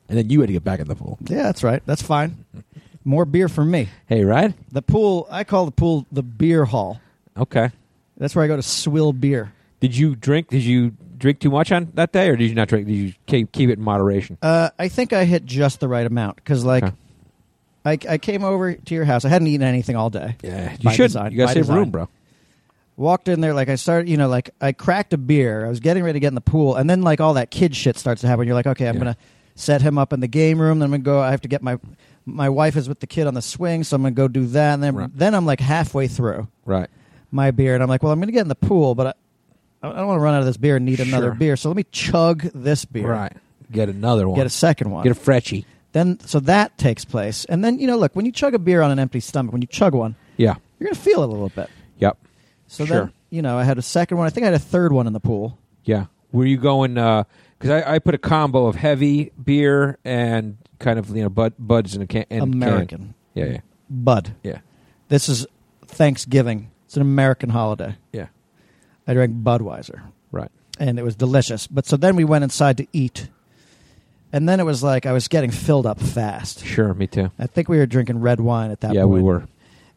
E: And then you had to get back in the pool.
D: yeah, that's right. That's fine. More beer for me.
E: Hey, right?
D: The pool, I call the pool the beer hall.
E: Okay.
D: That's where I go to swill beer.
E: Did you drink? Did you drink too much on that day or did you not drink? Did you keep, keep it in moderation?
D: Uh, I think I hit just the right amount because, like,
E: Okay.
D: I, I came over to your house. I hadn't eaten anything all day.
E: Yeah. You
D: by
E: should.
D: design,
E: You got to
D: by
E: save
D: design.
E: room, bro.
D: Walked in there, like, I started, you know, like, I cracked a beer. I was getting ready to get in the pool, and then, like, all that kid shit starts to happen. You're like, okay, I'm
E: Yeah.
D: gonna set him up in the game room. Then I'm gonna go. I have to get my my wife is with the kid on the swing, so I'm gonna go do that. And then
E: Right.
D: then I'm like halfway through
E: Right.
D: my beer, and I'm like, well, I'm gonna get in the pool, but I, I don't want to run out of this beer and need another
E: Sure.
D: beer. So let me chug this beer.
E: Right. Get another one.
D: Get a second one.
E: Get a freshie.
D: then so that takes place and then you know look when you chug a beer on an empty stomach when you chug one
E: Yeah.
D: you're gonna feel it a little bit
E: Yep.
D: so
E: Sure.
D: then you know i had a second one i think i had a third one in the pool
E: Yeah. Were you going? Because I, I put a combo of heavy beer and kind of you know bud, buds in a can. in a can.
D: American.
E: Yeah. Yeah.
D: bud
E: Yeah.
D: this is thanksgiving it's an american holiday
E: Yeah.
D: i drank budweiser
E: Right.
D: and it was delicious but so then we went inside to eat and then it was like i was getting filled up fast
E: Sure. Me too.
D: i think we were drinking red wine at that
E: yeah,
D: point
E: we were.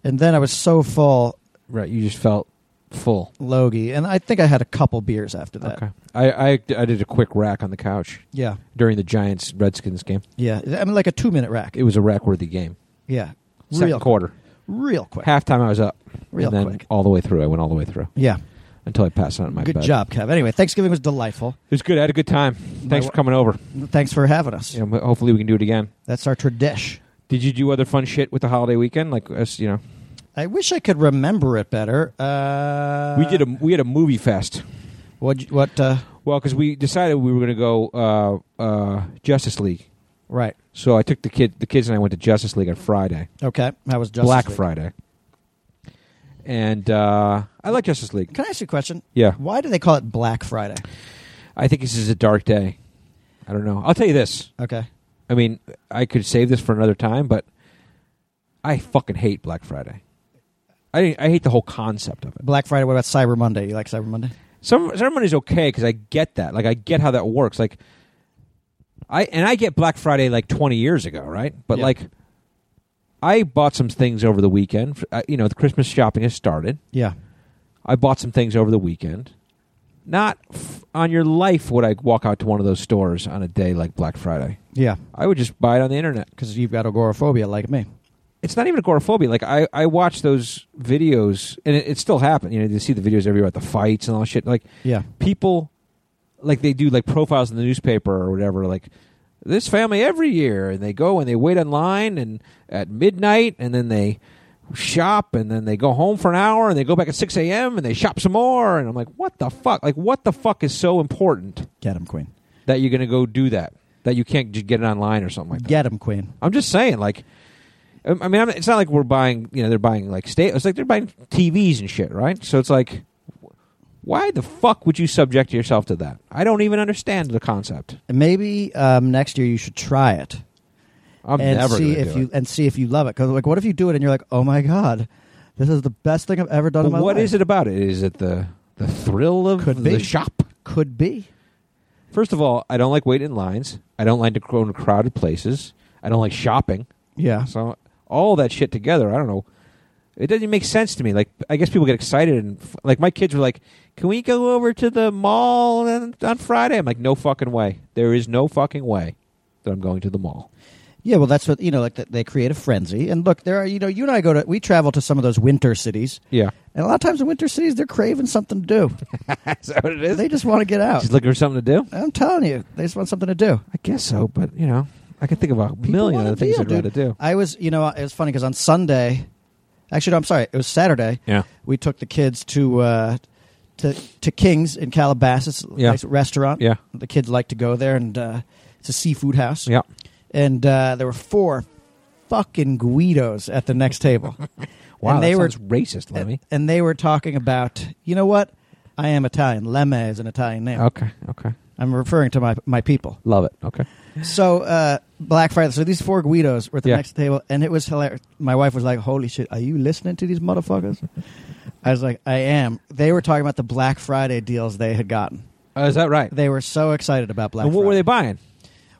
D: and then i was so full
E: Right. You just felt full.
D: logie and i think i had a couple beers after that
E: Okay. I, I I did a quick rack on the couch
D: yeah
E: during the Giants Redskins game.
D: yeah i mean like a two minute rack
E: It was a rack worthy game.
D: yeah
E: Second
D: real
E: quarter.
D: real quick.
E: Halftime I was up.
D: Real
E: and then
D: quick.
E: All the way through. I went all the way through
D: Yeah.
E: until I passed out in my
D: good
E: bed.
D: job, Kev. Anyway, Thanksgiving was delightful.
E: It was good. I had a good time. Thanks
D: wa-
E: for coming over.
D: Thanks for having us.
E: You know, hopefully we can do it again.
D: That's our tradition.
E: Did you do other fun shit with the holiday weekend? Like us, you know,
D: I wish I could remember it better. Uh,
E: we did a we had a movie fest.
D: what? What? Uh,
E: Well, because we decided we were going to go uh, uh, Justice League,
D: right.
E: so I took the kid the kids and I went to Justice League on Friday.
D: Okay. That was just
E: Black Friday. and uh, I like Justice League.
D: Can I ask you a question?
E: Yeah.
D: Why do they call it Black Friday?
E: I think this is a dark day. I don't know. I'll tell you this.
D: Okay.
E: I mean, I could save this for another time, but I fucking hate Black Friday. I I hate the whole concept of it.
D: Black Friday. What about Cyber Monday? You like Cyber Monday?
E: Some Cyber Monday's okay because I get that. Like I get how that works. Like I and I get Black Friday like twenty years ago, right? But
D: Yeah.
E: like I bought some things over the weekend. Uh, You know, the Christmas shopping has started.
D: Yeah.
E: I bought some things over the weekend. Not f- on your life would I walk out to one of those stores on a day like Black Friday.
D: Yeah.
E: I would just buy it on the internet.
D: Because you've got agoraphobia like me.
E: It's not even agoraphobia. Like I, I watch those videos, and it, it still happened. You know, you see the videos everywhere at the fights and all that shit. Like
D: Yeah.
E: people like they do like profiles in the newspaper or whatever like this family every year and they go and they wait in line and at midnight and then they shop and then they go home for an hour and they go back at 6 a.m and they shop some more and i'm like what the fuck like what the fuck is so important
D: Get him, Queen.
E: that you're gonna go do that that you can't just get it online or something like that
D: Get him, Queen.
E: i'm just saying like i I mean I'm, it's not like we're buying you know they're buying like state it's like they're buying tvs and shit right so it's like why the fuck would you subject yourself to that? I don't even understand the concept.
D: And maybe um, next year you should try it
E: I'm
D: and
E: never
D: see
E: gonna
D: if
E: do
D: you
E: it.
D: and see if you love it. Because like, what if you do it and you're like, oh my god, this is the best thing I've ever done
E: But
D: in my
E: what
D: life.
E: is it about it? Is it the the thrill of
D: Could
E: the
D: be.
E: shop?
D: Could be.
E: First of all, I don't like waiting in lines. I don't like to go into crowded places. I don't like shopping.
D: Yeah.
E: So all that shit together, I don't know. It doesn't make sense to me. Like I guess people get excited and f- like my kids were like, "Can we go over to the mall on, on Friday?" I'm like, "No fucking way. There is no fucking way that I'm going to the mall."
D: Yeah, well, that's what you know. Like th- they create a frenzy, and look, there are you know, you and I go to we travel to some of those winter cities,
E: Yeah,
D: and a lot of times in winter cities they're craving something to do.
E: (laughs) is that what it (laughs) is?
D: they just want to get out.
E: Just looking for something to do.
D: I'm telling you, they just want something to do.
E: I guess so, but you know, I can think of a million
D: wanna
E: other things
D: deal,
E: I'd rather
D: dude.
E: do.
D: I was, you know, it was funny because on Sunday, actually, no, I'm sorry, it was Saturday.
E: Yeah.
D: we took the kids to uh, to to King's in Calabasas,
E: Yeah.
D: nice restaurant.
E: Yeah.
D: the kids like to go there, and uh, it's a seafood house.
E: Yeah.
D: and uh, there were four fucking Guidos at the next table.
E: (laughs) Wow,
D: and
E: that
D: they were
E: sounds racist, Lemmy.
D: and they were talking about, you know what? I am Italian. Lemme is an Italian name.
E: Okay, okay,
D: I'm referring to my my people.
E: love it. Okay,
D: So uh, Black Friday. So these four Guidos were at the
E: Yeah.
D: next table, and it was hilarious. My wife was like, "Holy shit, are you listening to these motherfuckers?" (laughs) I was like, "I am." They were talking about the Black Friday deals they had gotten.
E: uh, is that right?
D: They were so excited about Black
E: and what
D: Friday.
E: were they buying?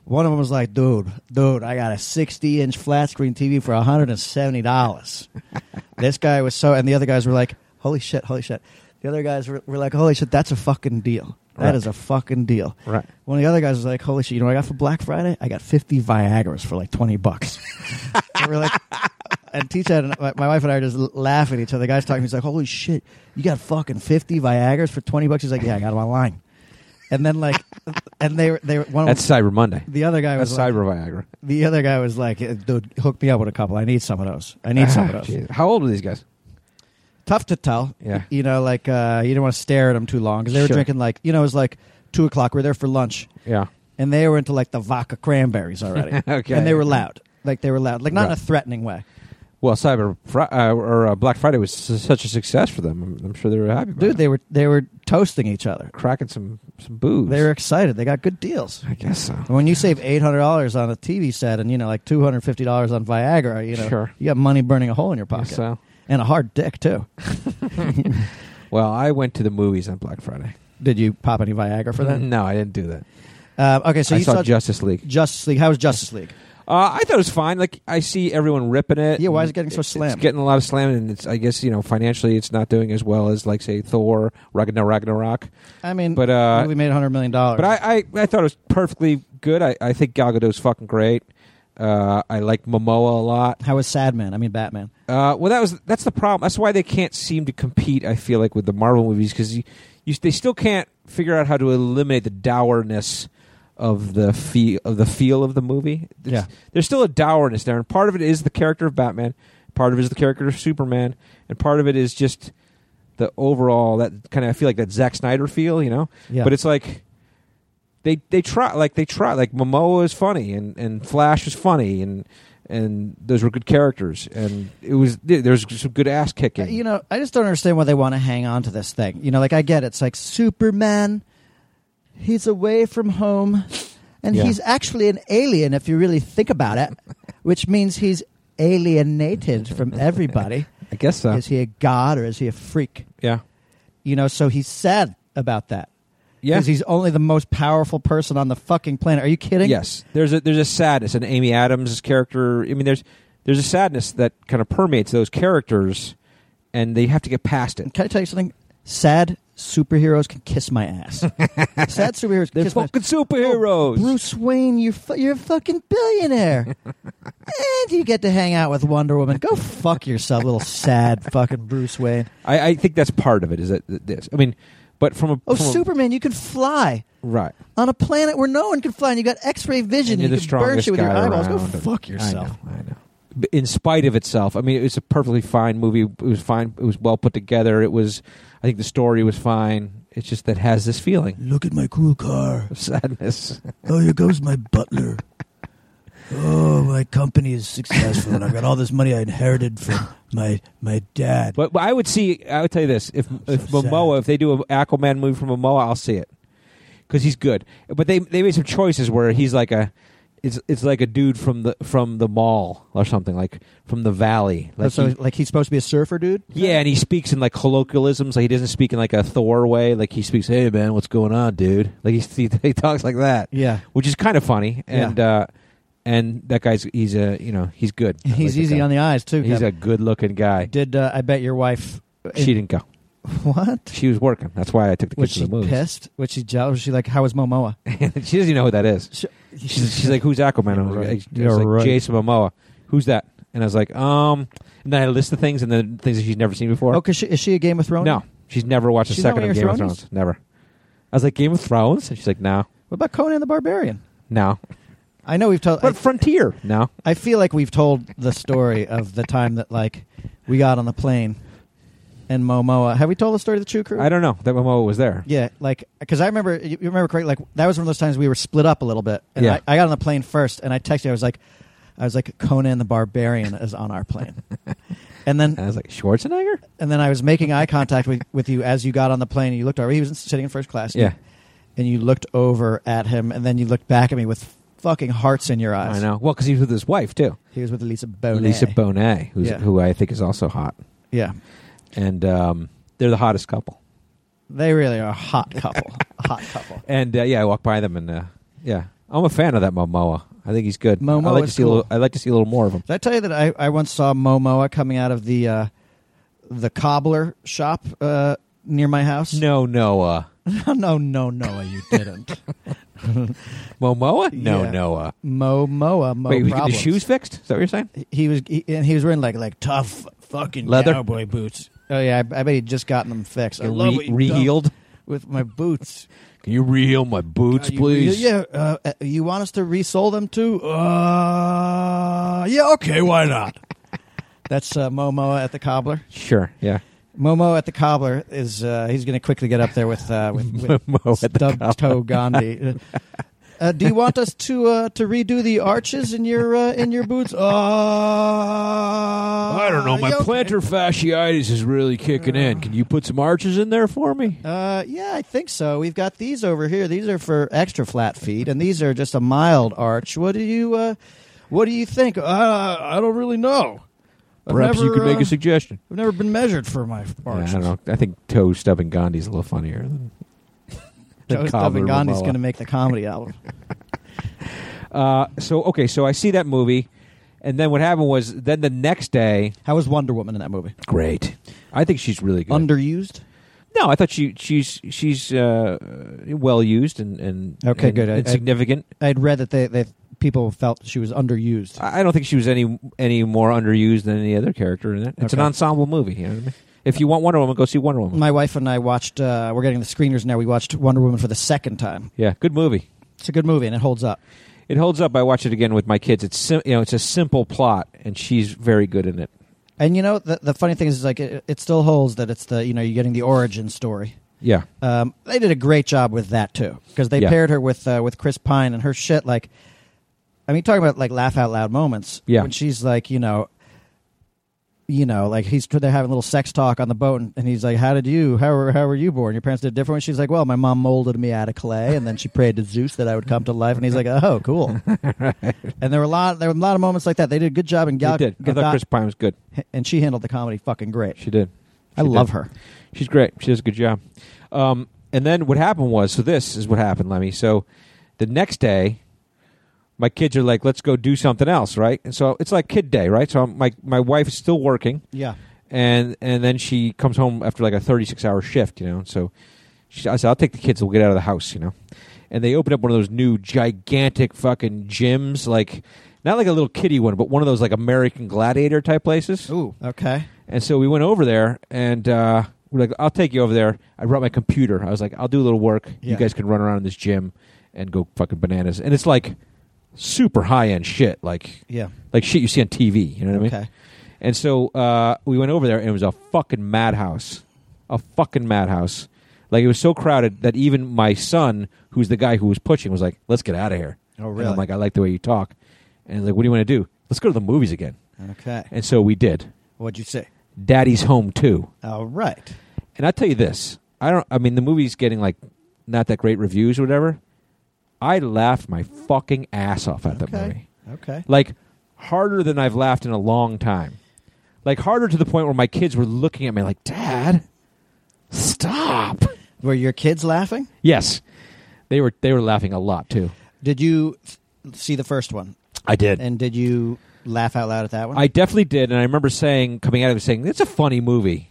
D: One of them was like, "Dude, dude, I got a 60-inch flat screen TV for
E: (laughs)
D: 170 dollars." this guy was so, and the other guys were like, "Holy shit, holy shit." The other guys were, were like, "Holy shit, that's a fucking deal. That
E: Right.
D: is a fucking deal."
E: Right.
D: One of the other guys was like, "Holy shit, you know what I got for Black Friday? I got 50 Viagra's for like 20 bucks."
E: (laughs)
D: and we're like, and Teach and my, my wife and I are just l- laughing at each other. The guy's talking. He's like, "Holy shit, you got fucking 50 Viagra's for 20 bucks?" He's like, "Yeah, I got them online." And then like, and they were they were one. of
E: That's Cyber Monday.
D: the other guy
E: That's
D: was like,
E: Cyber Viagra.
D: the other guy was like, eh, "Dude, hook me up with a couple. I need some of those. I
E: (laughs)
D: need some of
E: Ah,
D: those."
E: geez. How old were these guys?
D: Tough to tell.
E: Yeah.
D: you know, like uh, you didn't want to stare at them too long because they were
E: Sure.
D: drinking like you know it was like two o'clock. We are there for lunch,
E: Yeah,
D: and they were into like the vodka cranberries already.
E: (laughs) Okay.
D: and they were loud. Like they were loud, like not in a
E: Right.
D: threatening way.
E: well, Cyber Fri- uh, or uh, Black Friday was su- such a success for them. I'm, I'm sure they were happy. about
D: Dude,
E: it.
D: they were they were toasting each other.
E: cracking some some booze.
D: They were excited. They got good deals.
E: I guess so.
D: And when you save eight hundred dollars on a TV set and you know like two hundred fifty dollars on Viagra, you know
E: Sure.
D: you got money burning a hole in your
E: Guess
D: pocket
E: so.
D: and a hard dick too.
E: Well, I went to the movies on Black Friday.
D: Did you pop any Viagra for that?
E: No, I didn't do that.
D: Uh, okay, so
E: I
D: you
E: saw,
D: saw,
E: Justice League.
D: Justice League. How was Justice League?
E: Uh, I thought it was fine. Like I see everyone ripping it.
D: Yeah, why
E: and
D: is it getting so slammed?
E: It's getting a lot of slamming, and it's I guess you know financially it's not doing as well as like say Thor, Ragnar Ragnarok.
D: I mean,
E: But, uh,
D: we made hundred million dollars.
E: But I, I I thought it was perfectly good. I, I think Gal Gadot's fucking great. Uh, I like Momoa a lot.
D: how was Sad Man? I mean, Batman.
E: Uh, well, that was that's the problem. That's why they can't seem to compete. I feel like with the Marvel movies because you, you they still can't figure out how to eliminate the dourness of the feel of the feel of the movie. There's-
D: Yeah.
E: there's still a dourness there, and part of it is the character of Batman, part of it is the character of Superman, and part of it is just the overall that kind of I feel like that Zack Snyder feel, you know.
D: Yeah,
E: But it's like they they try like they try like Momoa is funny and and Flash is funny and and those were good characters, and it was there was some good ass kicking.
D: Uh, You know, I just don't understand why they want to hang on to this thing. You know, like I get it. it's like Superman. He's away from home, and
E: Yeah.
D: he's actually an alien if you really think
E: (laughs)
D: about it, which means he's alienated from everybody.
E: I guess (laughs) so.
D: Is he a god or is he a freak?
E: yeah,
D: You know, so he's sad about that.
E: yeah.
D: Because he's only the most powerful person on the fucking planet. Are you kidding?
E: Yes, there's a there's a sadness, and Amy Adams' character. I mean, there's there's a sadness that kind of permeates those characters, and they have to get past it.
D: Can I tell you something? Sad superheroes can kiss
E: (laughs)
D: my ass. Sad superheroes can
E: They're
D: kiss my ass.
E: fucking superheroes.
D: Oh, Bruce Wayne, you fu- you're a fucking billionaire, and you get to hang out with Wonder Woman. Go fuck yourself, little sad fucking Bruce Wayne.
E: I, I think that's part of it. Is that that this? I mean, but from a
D: Oh,
E: from a-
D: Superman, you can fly
E: right.
D: on a planet where no one can fly, and you got X-ray vision.
E: And you're
D: you
E: the
D: can burn
E: strongest
D: shit with your
E: guy
D: eyeballs.
E: around.
D: Go fuck yourself.
E: I know. I know. But In spite of itself, I mean, it was a perfectly fine movie. It was fine. It was well put together. It was, I think, the story was fine. It's just that it has this feeling
D: Look at my cool car.
E: of (laughs) sadness.
D: Oh, here goes my butler. Oh, my company is successful, and I've got all this money I inherited from my my dad.
E: But, but I would see. I would tell you this: if if
D: so
E: Momoa,
D: sad.
E: if they do an Aquaman movie from Momoa, I'll see it because he's good. But they they made some choices where he's like a. It's, it's like a dude from the from the mall or something like from the valley. Like
D: so,
E: he-
D: like he's supposed to be a surfer dude.
E: yeah, and he speaks in like colloquialisms. Like he doesn't speak in like a Thor way. Like he speaks, "Hey man, what's going on, dude?" Like he (laughs) he, he talks like that,
D: Yeah,
E: which is kind of funny. And uh, and that guy's he's a you know he's good. I
D: he's
E: like the
D: easy
E: guy.
D: on the eyes too.
E: He's
D: Kevin.
E: a good looking guy.
D: Did uh, I bet your wife?
E: She didn't go.
D: What?
E: She was working. That's why I took the
D: Was
E: kids to
D: she
E: the movies.
D: pissed? Was she jealous? Was she like, how was Momoa?
E: (laughs) she doesn't even know who that is.
D: She-
E: She's, she's like, "Who's Aquaman?" I was like,
D: Right.
E: I was
D: You're
E: like,
D: right.
E: "Jason Momoa." Who's that? And I was like, "Um." And then I list the things and then things that she's never seen before.
D: (laughs) oh, 'cause she, is she a Game of Thrones?
E: No, she's never watched a
D: She's not
E: second
D: one
E: of
D: of
E: Game
D: your
E: of
D: Thrones?
E: Thrones. Never. I was like, Game of Thrones? And she's like, no,
D: What about Conan the Barbarian?
E: no.
D: I know we've told.
E: But Frontier? No.
D: I, I feel like we've told the story of the time that like we got on the plane and Momoa. Have we told the story of the Chew Crew?
E: I don't know that Momoa was there.
D: Yeah, like because I remember you you remember correctly. Like that was one of those times we were split up a little bit. And
E: Yeah.
D: I, I got on the plane first, and I texted. you, I was like, I was like, Conan the Barbarian is on our
E: (laughs)
D: plane. and then
E: And I was like, Schwarzenegger?
D: and then I was making eye contact with, with you as you got on the plane. And you looked over. He was sitting in first class.
E: Yeah.
D: And you looked over at him, and then you looked back at me with fucking hearts in your eyes.
E: I know. Well, because he was with his wife, too.
D: He was with Lisa Bonet.
E: Lisa Bonet, who's,
D: Yeah.
E: who I think is also hot.
D: Yeah.
E: And um, they're the hottest couple.
D: They really are
E: (laughs)
D: a hot couple. A hot couple.
E: And uh, yeah, I walked by them and uh, yeah, I'm a fan of that Momoa. I think he's good.
D: Momoa
E: I like to
D: is
E: see a
D: cool.
E: little, I like to see a little more of him.
D: Did I tell you that I, I once saw Momoa coming out of the uh, the cobbler shop uh, near my house?
E: No, Noah.
D: (laughs) no, no, no, Noah, you
E: (laughs)
D: didn't.
E: Momoa? No,
D: Yeah.
E: Noah.
D: Momoa, Mo
E: Wait, was he getting
D: problems.
E: his shoes fixed? Is that what you're saying?
D: He was he, and he was wearing like like tough fucking
E: Leather?
D: cowboy boots. Oh yeah, I, I bet he'd just gotten them fixed. I
E: Get
D: love
E: re-
D: what you done
E: re-healed?
D: with my boots.
E: Can you re-heal my boots,
D: Are Uh, you real- yeah, uh, uh, you want us to resole them too? Uh, yeah, okay, why not? That's uh, Momoa at the cobbler.
E: Sure. Yeah.
D: Momo at the cobbler is uh, he's going to quickly get up there with uh,
E: (laughs)
D: with, with
E: Momo at the
D: stub toe Gandhi.
E: (laughs)
D: Uh, do you want us to uh, to redo the arches in your uh, in your boots? Uh, I
E: I don't know. My
D: okay.
E: plantar fasciitis is really kicking in. Can you put some arches in there for me?
D: Uh, yeah, I think so. We've got these over here. These are for extra flat feet, and these are just a mild arch. What do you uh, what do you think? Uh, I don't really know. I've
E: Perhaps you
D: never,
E: could make
D: uh,
E: a suggestion.
D: I've never been measured for my arches.
E: I don't know. I think toe stubbing Gandhi's a little funnier
D: (laughs)
E: than. than
D: Joe
E: cobbler
D: Gandhi's
E: Momoa.
D: going to make the comedy album.
E: Uh, so okay, so I see that movie, and then what happened was then the next day.
D: How was Wonder Woman in that movie?
E: Great. I think she's really good.
D: Underused.
E: no, I thought she she's she's uh, well used and and
D: Okay,
E: and-
D: good. I-
E: and
D: I-
E: significant.
D: I had read that they, they people felt she was underused.
E: I I don't think she was any any more underused than any other character in it. It's an
D: Okay.
E: ensemble movie. You know what I mean? If you want Wonder Woman, go see Wonder Woman.
D: My wife and I watched. Uh, we're getting the screeners now. We watched Wonder Woman for the second time.
E: yeah, good movie.
D: It's a good movie and it holds up.
E: It holds up. I watch it again with my kids. It's sim- you know it's a simple plot, and she's very good in it.
D: And you know the the funny thing is, is like it, it still holds that it's the you know you're getting the origin story.
E: Yeah,
D: Um, they did a great job with that too because they
E: Yeah.
D: paired her with uh, with Chris Pine and her shit like. I mean, talking about like laugh out loud moments.
E: Yeah.
D: When she's like, you know, you know, like he's they're having a little sex talk on the boat, and, and he's like, "How did you? How were how were you born? Your parents did different." And she's like, "Well, my mom molded me out of clay, and then she prayed to Zeus that I would come to life." And he's like, "Oh,
E: (laughs)
D: cool." And there were a lot there were a lot of moments like that. They did a good job, and Gal
E: They did. I
D: Gadot-
E: thought Chris Pine was good.
D: and she handled the comedy fucking great.
E: She did.
D: I
E: She
D: love
E: did.
D: her.
E: She's great. She does a good job. Um, and then what happened was, so this is what happened, Lemmy. So the next day, my kids are like, "Let's go do something else," right? And so it's like kid day, right? So I'm, my my wife is still working,
D: Yeah.
E: and and then she comes home after like a 36 hour shift, you know. So she, I said, "I'll take the kids. We'll get out of the house," you know. And they opened up one of those new gigantic fucking gyms, like not like a little kiddie one, but one of those like American Gladiator type places.
D: Ooh. Okay.
E: And so we went over there, and uh, we're like, "I'll take you over there." I brought my computer. I was like, "I'll do a little work. You
D: Yeah.
E: guys can run around in this gym and go fucking bananas." And it's like super high end shit, like
D: Yeah.
E: like shit you see on TV. You know what I mean?
D: Okay.
E: And so uh, we went over there, and it was a fucking madhouse, a fucking madhouse. Like it was so crowded that even my son, who's the guy who was pushing, was like, "Let's get out of here."
D: Oh,
E: And
D: really?
E: I'm like, "I like the way you talk," and he's like, "What do you want to do? Let's go to the movies again."
D: Okay.
E: And so we did.
D: What'd you say?
E: Daddy's Home too.
D: All right.
E: And I tell you this, I don't. I mean, the movie's getting like not that great reviews or whatever. I laughed my fucking ass off at the
D: Okay.
E: movie,
D: Okay.
E: like harder than I've laughed in a long time, like harder to the point where my kids were looking at me like, "Dad, stop."
D: Were your kids laughing?
E: Yes, they were. They were laughing a lot too.
D: Did you th- see the first one?
E: I did.
D: And did you laugh out loud at that one?
E: I definitely did, and I remember saying, coming out of it, saying, "It's a funny movie,"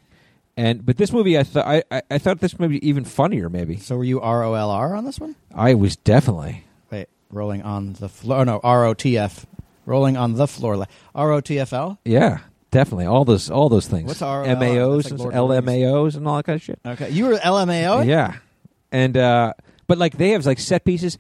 E: and but this movie, I thought, I, I, I thought this movie even funnier. Maybe
D: so were you R O L R on this one?
E: I was definitely.
D: Wait, rolling on the floor. No, R O T F. Rolling on the floor. R O T F L?
E: Yeah, definitely. All those all those things.
D: What's our, uh,
E: MAOs
D: that's like
E: and
D: Lord of the
E: LMAOs and all that kind of shit.
D: Okay. You were LMAO?
E: Yeah, and uh, but like they have like set pieces.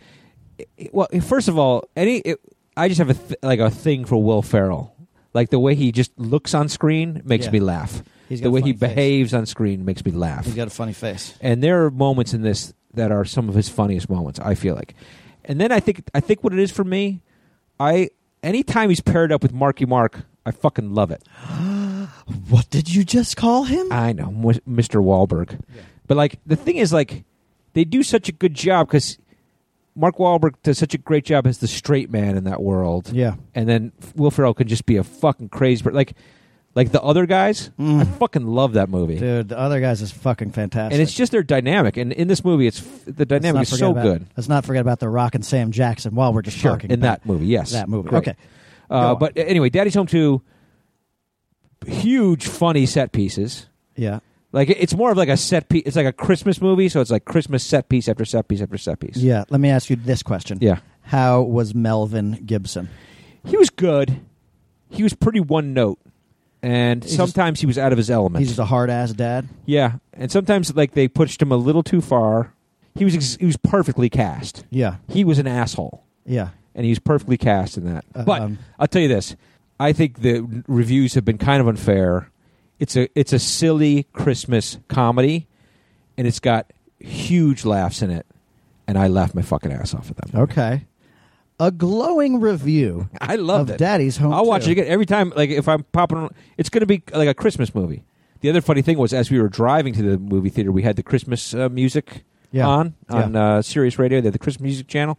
E: It- it- well, first of all, any it, I just have a th- like a thing for Will Ferrell. Like the way he just looks on screen makes
D: Yeah.
E: me laugh.
D: He's got
E: the
D: a
E: way he
D: funny face.
E: behaves on screen makes me laugh.
D: He's got a
E: (gasps)
D: funny face.
E: and there are moments in this that are some of his funniest moments. I feel like, and then I think I think what it is for me, I anytime he's paired up with Marky Mark, I fucking love it.
D: What did you just call him?
E: I know, Wi- Mr. Wahlberg. But like the thing is, like they do such a good job because Mark Wahlberg does such a great job as the straight man in that world,
D: yeah.
E: and then Will Ferrell can just be a fucking crazy, but like like the other guys, I fucking love that movie.
D: Mm. Dude, the other guys is fucking fantastic.
E: And it's just their dynamic, and in this movie, it's f- the
D: Let's
E: dynamic
D: not
E: is
D: forget
E: so
D: about-
E: good.
D: Let's not forget about The Rock and Sam Jackson while we're just
E: Sure,
D: talking
E: in
D: about
E: that movie, yes,
D: that movie.
E: Great.
D: Okay. Go
E: Uh,
D: on.
E: but anyway, Daddy's Home Two, huge funny set pieces.
D: Yeah.
E: Like it- it's more of like a set piece. It's like a Christmas movie, so it's like Christmas set piece after set piece after set piece.
D: Yeah. Let me ask you this question.
E: Yeah.
D: How was Melvin Gibson?
E: he was good. He was pretty one note, and
D: He's
E: sometimes he was out of his element.
D: He's just a hard ass dad.
E: yeah, and sometimes like they pushed him a little too far. He was ex- he was perfectly cast.
D: Yeah.
E: He was an asshole,
D: Yeah.
E: and he was perfectly cast in that.
D: Uh,
E: but
D: um,
E: I'll tell you this: I think the n- reviews have been kind of unfair. It's a it's a silly Christmas comedy, and it's got huge laughs in it, and I laughed my fucking ass off at that. movie.
D: Okay. A glowing review
E: I loved
D: of
E: it.
D: Daddy's Home.
E: I'll watch
D: Too.
E: it again every time. Like if I'm popping, on- it's going to be like a Christmas movie. The other funny thing was, as we were driving to the movie theater, we had the Christmas uh, music
D: Yeah.
E: on
D: Yeah.
E: on uh, Sirius Radio. They had the Christmas music channel,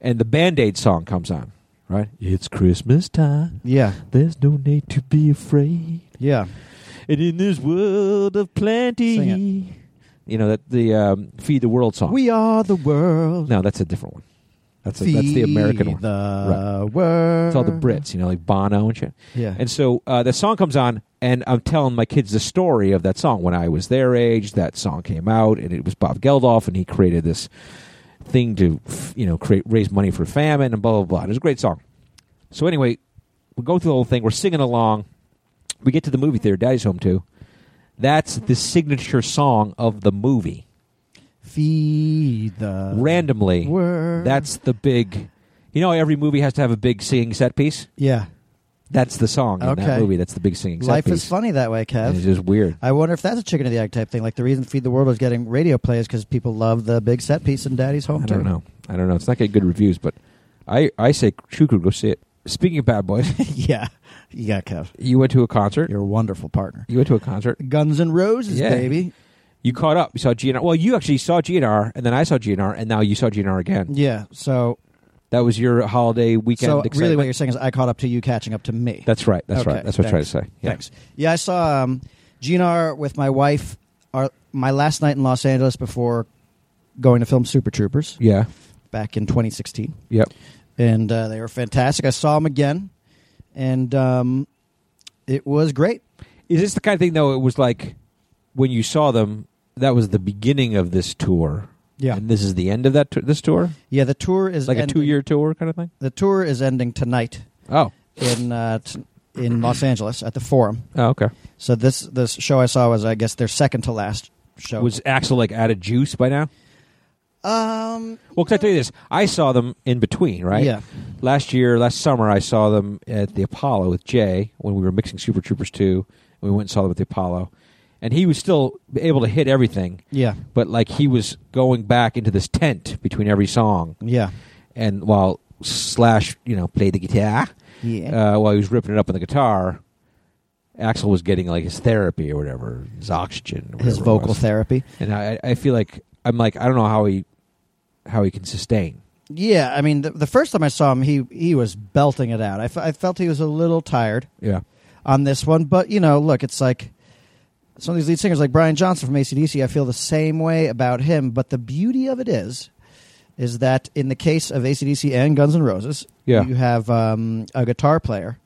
E: and the Band Aid song comes on. Right, it's Christmas time.
D: Yeah.
E: There's no need to be afraid,
D: Yeah.
E: and in this world of
D: Sing
E: plenty, you know that the um, "Feed the World" song.
D: We are the world.
E: no, that's a different one. That's a, that's the American
D: Feed
E: one.
D: The world.
E: It's all the Brits, you know, like Bono and shit.
D: Yeah.
E: And so uh, the song comes on, and I'm telling my kids the story of that song. When I was their age, that song came out, and it was Bob Geldof, and he created this thing to, f- you know, create raise money for famine and blah blah blah. It was a great song. So anyway, we go through the whole thing. We're singing along. We get to the movie theater. Daddy's home too. That's the signature song of the movie.
D: Feed the
E: Randomly,
D: world.
E: that's the big. You know, every movie has to have a big singing set piece.
D: yeah.
E: That's the song in
D: Okay.
E: that movie. That's the big singing set
D: Life
E: piece.
D: is funny that way,
E: And It's
D: Kev.
E: just weird.
D: I wonder if that's a chicken of the egg type thing. Like the reason Feed the World was getting radio play is because people love the big set piece in Daddy's Home
E: I don't
D: too.
E: know. I don't know. It's not getting good reviews, but I, I say Chuku, go see it. Speaking of Bad
D: (laughs)
E: Boys,
D: (laughs) yeah, you got Kev.
E: you went to a concert.
D: You're a wonderful partner.
E: You went to a concert.
D: Guns and Roses,
E: Yeah.
D: baby.
E: You caught up. You saw GNR. Well, you actually saw GNR, and then I saw GNR, and now you saw GNR again.
D: Yeah. So,
E: That was your holiday weekend.
D: so really,
E: excitement.
D: what you're saying is I caught up to you catching up to me.
E: That's right. That's
D: Okay,
E: right. That's what I'm trying to
D: thanks.
E: say. Yeah.
D: Thanks. Yeah, I saw um, GNR with my wife our, my last night in Los Angeles before going to film Super Troopers
E: Yeah.
D: back in 2016.
E: Yep.
D: And uh, they were fantastic. I saw them again, and um, it was great.
E: Is this the kind of thing though? It was like when you saw them. That was the beginning of this tour.
D: Yeah.
E: And this is the end of that tour, this tour,
D: Yeah, the tour is
E: like a
D: ending-
E: two-year tour kind of thing.
D: The tour is ending tonight
E: Oh.
D: in uh, t- in Los Angeles at the Forum.
E: Oh. Okay.
D: So this this show I saw was I guess their second to last show.
E: Was Axel like out of juice by now?
D: um
E: Well, 'cause I tell you this, I saw them in between, right?
D: Yeah.
E: Last year, last summer, I saw them at the Apollo with Jay when we were mixing Super Troopers two. We went and saw them at the Apollo, and he was still able to hit everything,
D: yeah
E: but like he was going back into this tent between every song,
D: yeah
E: and while Slash, you know, played the guitar,
D: yeah
E: uh, while he was ripping it up on the guitar, Axel was getting like his therapy or whatever, his oxygen, or
D: his
E: whatever it
D: vocal
E: was.
D: therapy.
E: and I, I feel like I'm like I don't know how he how he can sustain.
D: Yeah, I mean the, the first time I saw him he he was belting it out. I, f- I felt he was a little tired
E: Yeah.
D: on this one, but you know, look, it's like some of these lead singers like Brian Johnson from ACDC, I feel the same way about him, but the beauty of it is is that in the case of ACDC and Guns N' Roses,
E: Yeah.
D: you have um, a guitar player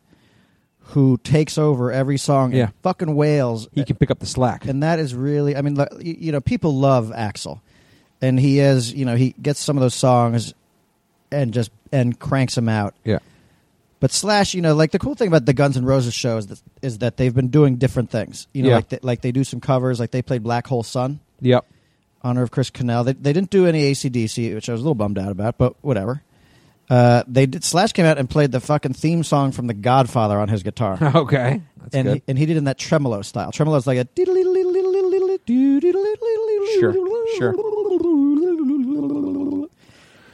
D: who takes over every song
E: Yeah.
D: and fucking wails
E: He can pick up the slack.
D: and that is really i mean look, y- you know people love axel and he is you know he gets some of those songs and just and cranks them out
E: yeah.
D: but slash you know like the cool thing about the guns N' roses show is that, is that they've been doing different things you know
E: Yeah.
D: like, they, like they do some covers like they played black hole sun
E: Yep. (laughs)
D: honor of chris cannell they, they didn't do any acdc which i was a little bummed out about but whatever uh, they did slash came out and played the fucking theme song from the godfather on his guitar
E: Okay. That's
D: and
E: good.
D: he, and he did it in that tremolo style. Tremolo is like a sure,
E: Sure,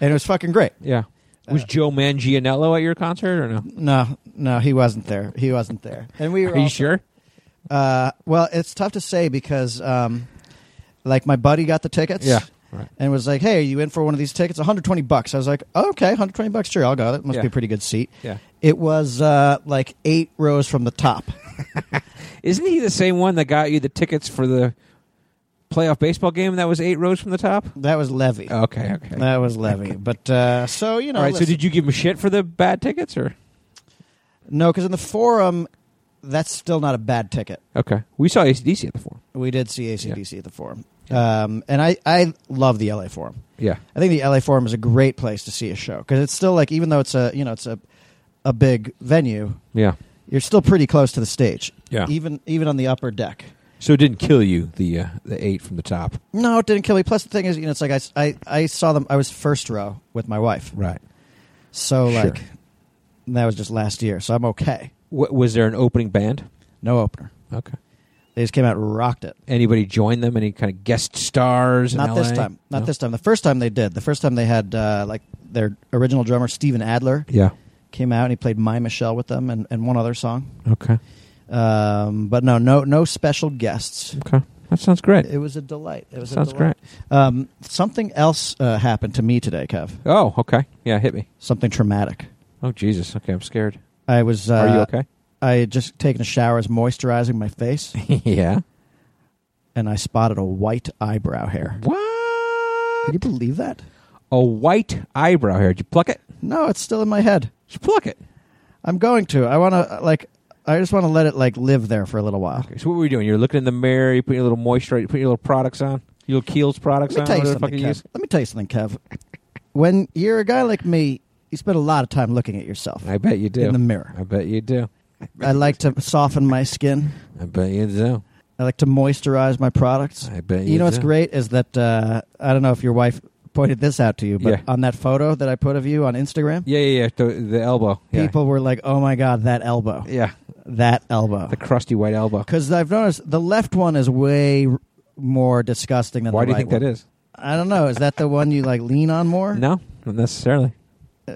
D: And it was fucking great.
E: yeah.
D: Uh,
E: Was Joe Mangianello at your concert or no?
D: No, no, he wasn't there. He wasn't there. And we were
E: Are you
D: also-
E: sure?
D: Uh, well, it's tough to say because, um, like, my buddy got the tickets.
E: Yeah, right.
D: And was like, "Hey, are you in for one of these tickets? 120 bucks." I was like, oh, "Okay, 120 bucks, sure, I'll go. That must
E: Yeah.
D: be a pretty good seat."
E: Yeah.
D: It was uh, like eight rows from the top.
E: Isn't he the same one that got you the tickets for the playoff baseball game that was eight rows from the top?
D: That was Levy.
E: Okay. Oh, Okay.
D: That was Levy. But uh, so you know,
E: All right. So
D: listen.
E: did you give him shit for the bad tickets or?
D: No, because in the forum, that's still not a bad ticket.
E: Okay. We saw ACDC at the forum.
D: We did see ACDC at the forum. Um, and I, I love the LA forum.
E: Yeah.
D: I think the LA forum is a great place to see a show because it's still like, even though it's a, you know, it's a, a big venue,
E: Yeah.
D: you're still pretty close to the stage.
E: Yeah.
D: Even, even on the upper deck.
E: So it didn't kill you the uh, the eight from the top.
D: No, it didn't kill me. Plus the thing is, you know, it's like I, s- I, I saw them, I was first row with my wife.
E: Right.
D: So
E: Sure.
D: like, that was just last year. So I'm okay.
E: W- was there an opening band?
D: No opener.
E: Okay.
D: They just came out, and rocked it.
E: Anybody join them? Any kind of guest stars? in
D: Not this
E: LA?
D: time. Not
E: No?
D: this time. The first time they did. The first time they had uh, like their original drummer Steven Adler
E: Yeah.
D: came out and he played My Michelle with them and, and one other song.
E: Okay.
D: Um, but no, no, no special guests.
E: Okay. That sounds great.
D: It was a delight. It was
E: Sounds
D: a delight. great. Um, something else uh, happened to me today, Kev.
E: Oh, okay. Yeah, hit me.
D: Something traumatic.
E: Oh, Jesus. Okay, I'm scared.
D: I was. Uh,
E: Are you okay? (laughs)
D: I had just taken a shower, I was moisturizing my face,
E: yeah.
D: and I spotted a white eyebrow hair. Can
E: What?
D: you believe that?
E: A white eyebrow hair. Did you pluck it?
D: No, it's still in my head.
E: Did you pluck it?
D: I'm going to. I want to like. I just want to let it like live there for a little while.
E: Okay, so what were you doing? You're looking in the mirror. You put your little moisturizer. You put your little products on. Your little Kiehl's products
D: Let me
E: on.
D: tell you
E: whatever the fuck
D: something,
E: you
D: Kev.
E: use.
D: Let me tell you something, Kev. When you're a guy like me, you spend a lot of time looking at yourself
E: I bet you do.
D: in the mirror.
E: I bet you do.
D: I like to soften my skin.
E: I bet you do.
D: I like to moisturize my products.
E: I bet you.
D: You know what's
E: do.
D: great is that uh, I don't know if your wife pointed this out to you, but
E: Yeah.
D: on that photo that I put of you on Instagram,
E: Yeah, yeah, yeah. The, the elbow. Yeah.
D: people were like, "Oh my god, that elbow,
E: Yeah,
D: that elbow."
E: the crusty white elbow.
D: Because I've noticed the left one is way r- more disgusting than
E: Why
D: the
E: do you
D: right
E: think that
D: one.
E: is?
D: I don't know. Is that the one you like lean on more?
E: No, not necessarily.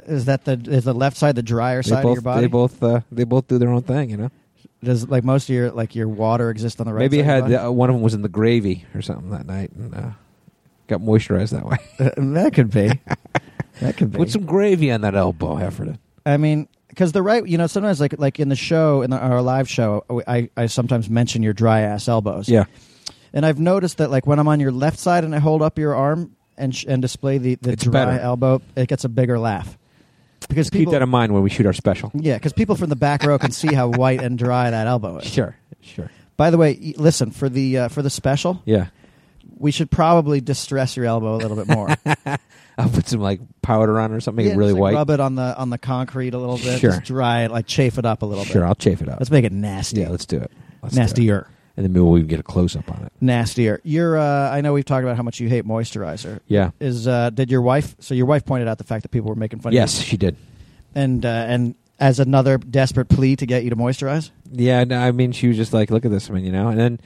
D: Is that the is the left side the drier
E: They
D: side of
E: both,
D: your body?
E: They both, uh, they both do their own thing, you know.
D: Does like most of your like your water exist on the right?
E: Maybe
D: side
E: had
D: of your
E: uh, one of them was in the gravy or something that night and uh, got moisturized that
D: (laughs)
E: way.
D: body? Uh, that
E: (laughs)
D: could be. that could be.
E: Put some gravy on that elbow, Heffernan.
D: I mean, because the right, you know, sometimes like like in the show in the, our live show, I I sometimes mention your dry ass elbows.
E: Yeah,
D: and I've noticed that like when I'm on your left side and I hold up your arm and sh- and display the the
E: It's
D: dry
E: better.
D: elbow, it gets a bigger laugh. Because
E: keep
D: people,
E: that in mind when we shoot our special.
D: yeah, because people from the back row can see how white and dry that elbow is.
E: Sure, sure.
D: By the way, y- listen for the uh, for the special,
E: Yeah,
D: we should probably distress your elbow a little bit
E: (laughs)
D: more.
E: I'll put some like powder on or something. make
D: Yeah,
E: it really
D: just, like,
E: white.
D: Rub it on the on the concrete a little bit.
E: Sure.
D: Just dry it, like chafe it up a little
E: Sure,
D: bit.
E: I'll chafe it up.
D: Let's make it nasty.
E: yeah, let's do it. Let's do it.
D: nastier.
E: and then maybe we'll even get a close up on it.
D: Nastier. You're. Uh, I know we've talked about how much you hate moisturizer.
E: Yeah.
D: Is uh, did your wife? So your wife pointed out the fact that people were making fun
E: Yes,
D: of you,
E: she did.
D: and uh, and as another desperate plea to get you to moisturize
E: Yeah, no, I mean, she was just like, "Look at this, man," you know. And then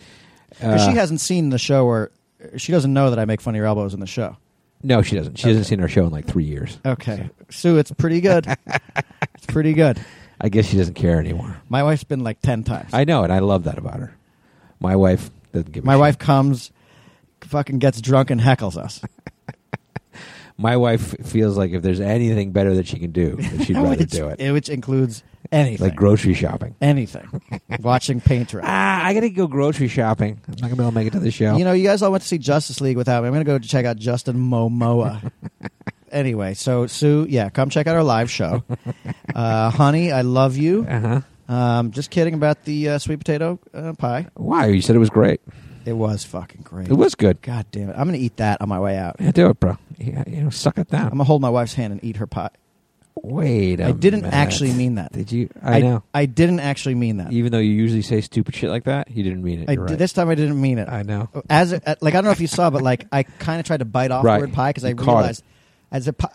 D: because
E: uh,
D: she hasn't seen the show or she doesn't know that I make fun of your elbows in the show.
E: no, she doesn't. She hasn't
D: Okay.
E: seen our show in like three years.
D: Okay, Sue, it's pretty good. it's pretty good.
E: I guess she doesn't care anymore.
D: My wife's been like ten times.
E: I know, and I love that about her. My wife doesn't give. A
D: My
E: shit.
D: wife comes, fucking gets drunk and heckles us.
E: My wife feels like if there's anything better that she can
D: (laughs)
E: do, that she'd rather
D: which,
E: do it.
D: which includes anything,
E: Like grocery shopping.
D: anything, watching paint dry.
E: Ah, I gotta go grocery shopping. I'm not gonna be able to make it to the show.
D: You know, you guys all went to see Justice League without me. I'm going to go check out Justin
E: (laughs)
D: Momoa. anyway, so Sue, yeah, come check out our live
E: (laughs)
D: show. Uh, honey, I love you.
E: uh-huh.
D: Um, just kidding about the uh, sweet potato uh, pie.
E: Why? You said it was great.
D: It was fucking great.
E: It was good.
D: God damn it. I'm going to eat that on my way out.
E: Yeah, do it, bro. Yeah, you know, suck it
D: I'm
E: down.
D: going to hold my wife's hand and eat her pie.
E: Wait, I
D: I didn't actually mean that.
E: Did you? I, know.
D: I didn't actually mean that.
E: Even though you usually say stupid shit like that, you didn't mean it.
D: I
E: You're
D: di-
E: right.
D: This time I didn't mean it.
E: I know.
D: As it, uh, like I don't know if you saw, but like I kind of tried to bite off
E: Right.
D: the word pie because I
E: You caught it.
D: realized as a pie,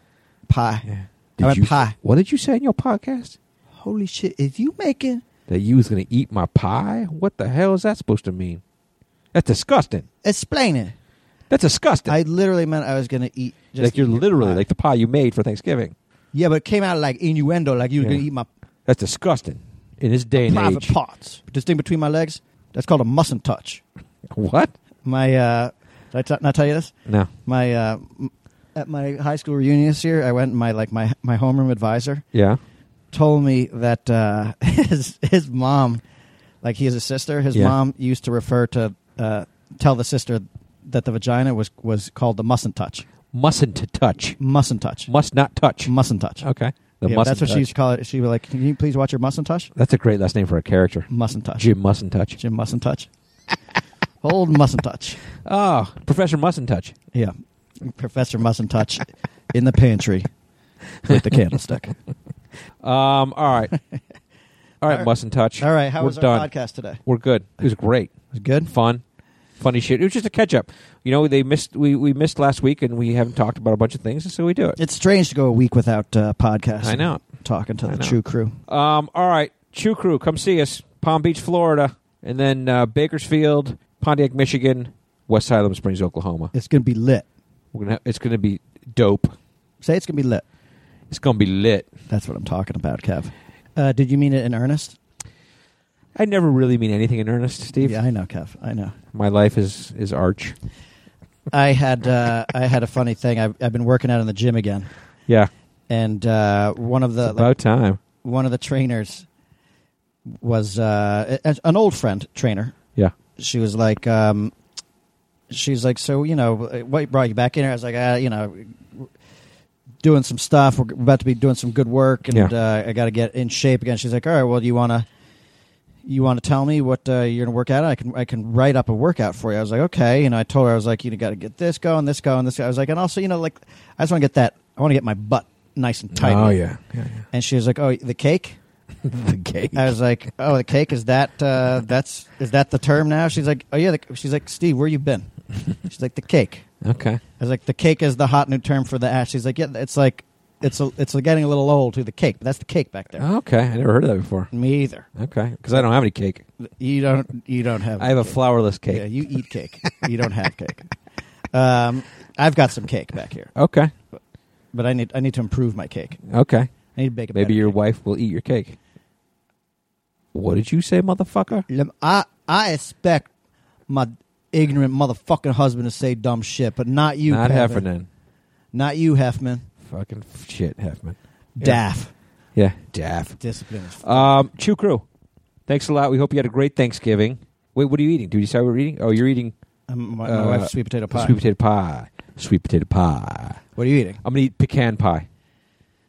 D: pie.
E: Yeah.
D: I went
E: you,
D: pie.
E: What did you say in your podcast?
D: Holy shit! If you making
E: That you was gonna eat my pie? What the hell is that supposed to mean? That's disgusting.
D: Explain it.
E: That's disgusting.
D: I literally meant I was going to eat. Just
E: like you're
D: eat your
E: literally
D: pie.
E: like the pie you made for Thanksgiving.
D: Yeah, but it came out like innuendo, like you were
E: Yeah.
D: going to eat my
E: That's disgusting. In this day and
D: private
E: age,
D: parts. This thing between my legs. That's called a mustn't touch.
E: what?
D: My uh, did I t- not tell you this?
E: No.
D: My uh, m- at my high school reunion this year, I went. And my like my my homeroom advisor
E: Yeah.
D: told me that uh, (laughs) his his mom, like he has a sister. His
E: Yeah.
D: mom used to refer to uh, tell the sister that the vagina was was called the mustn't touch.
E: Mustn't to touch.
D: Mustn't touch.
E: Must not touch.
D: Mustn't touch.
E: Okay. The
D: Yeah,
E: mustn't
D: that's what
E: touch.
D: she used to call it. She was like, "Can you please watch your mustn't touch?
E: That's a great last name for a character.
D: Mustn't touch.
E: Jim Mustn't Touch.
D: Jim mustn't touch. (laughs) Old mustn't touch.
E: Oh, Professor Mustn't Touch.
D: Yeah, Professor mustn't touch in the pantry with the (laughs) candlestick.
E: Um, all
D: (laughs)
E: right. all right,
D: right.
E: Mustn't Touch.
D: All right, how
E: We're
D: was
E: done.
D: our podcast today?
E: We're good. It was great.
D: Was it good?
E: Fun. Funny shit. It was just a catch up. You know, they missed we, we missed last week and we haven't talked about a bunch of things, so we do it.
D: It's strange to go a week without uh, podcast.
E: I know.
D: Talking to
E: I
D: the
E: know.
D: true crew.
E: Um, all right, Chew Crew, come see us, Palm Beach, Florida, and then uh, Bakersfield, Pontiac, Michigan, West Salem Springs, Oklahoma.
D: It's gonna be lit.
E: We're gonna, it's gonna be dope.
D: Say it's gonna be lit.
E: It's gonna be lit.
D: That's what I'm talking about, Kev. Uh, did you mean it in earnest?
E: I never really mean anything in earnest, Steve.
D: Yeah, I know, Kev. I know.
E: My life is is arch.
D: I had uh, I had a funny thing. I've, I've been working out in the gym again,
E: Yeah,
D: and uh, one of
E: it's
D: the
E: about time.
D: one of the trainers was uh, a- an old friend trainer.
E: Yeah.
D: She was like, um, she's like, so you know, what brought you back in here? I was like, uh, you know, doing some stuff. We're about to be doing some good work, and
E: Yeah.
D: uh, I got to get in shape again. She's like, all right, well, do you want to? You want to tell me what uh, you're gonna work out? on? I can I can write up a workout for you. I was like, okay, and I told her I was like, you got to get this going, this going, this. Going. I was like, and also, you know, like I just want to get that. I want to get my butt nice and tight.
E: Oh yeah, yeah,
D: And she was like, "Oh, the cake."
E: yeah. (laughs) the cake.
D: I was like, "Oh, the cake is that uh, that's is that the term now?" She's like, "Oh yeah." The, she's like, "Steve, where
E: (laughs)
D: you been?" She's like, "The cake."
E: okay.
D: I was like, "The cake is the hot new term for the ash." She's like, "Yeah, it's like it's a, it's getting a little old to the cake, but that's the cake back there."
E: Okay. I never heard of that before.
D: Me either.
E: Okay, because I don't have any cake.
D: You don't you don't have.
E: I have a
D: cake.
E: flourless cake.
D: Yeah, you eat cake. you don't have cake. Um, I've got some cake back here.
E: Okay.
D: but I need I need to improve my cake.
E: Okay.
D: I need to bake a
E: Maybe
D: better
E: your
D: cake.
E: wife will eat your cake. What did you say, motherfucker?
D: Lem- I I expect my ignorant motherfucking husband to say dumb shit, but not you.
E: Not
D: Kevin.
E: Heffernan.
D: Not you, Heffman.
E: Fucking f- shit, Heffman. Yeah.
D: Daff.
E: Yeah, daff.
D: Discipline. is f-
E: Um, Chew Crew, thanks a lot. We hope you had a great Thanksgiving. Wait, what are you eating? Did you say we're eating? Oh, you're eating
D: Um, my,
E: uh,
D: my wife's sweet potato pie.
E: sweet potato pie. Sweet potato pie.
D: What are you eating?
E: I'm gonna eat pecan pie,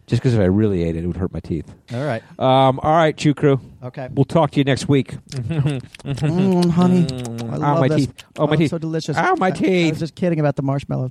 E: just because if I really ate it, it would hurt my teeth.
D: All right.
E: Um, all right, Chew Crew.
D: Okay.
E: We'll talk to you next
D: (laughs)
E: week.
D: Mm, honey.
E: Mm-hmm. Mm,
D: I
E: ow,
D: love
E: my
D: this.
E: teeth. Oh, my
D: it's
E: teeth.
D: So delicious.
E: Ow, my
D: I- I
E: teeth.
D: was just kidding about the marshmallow.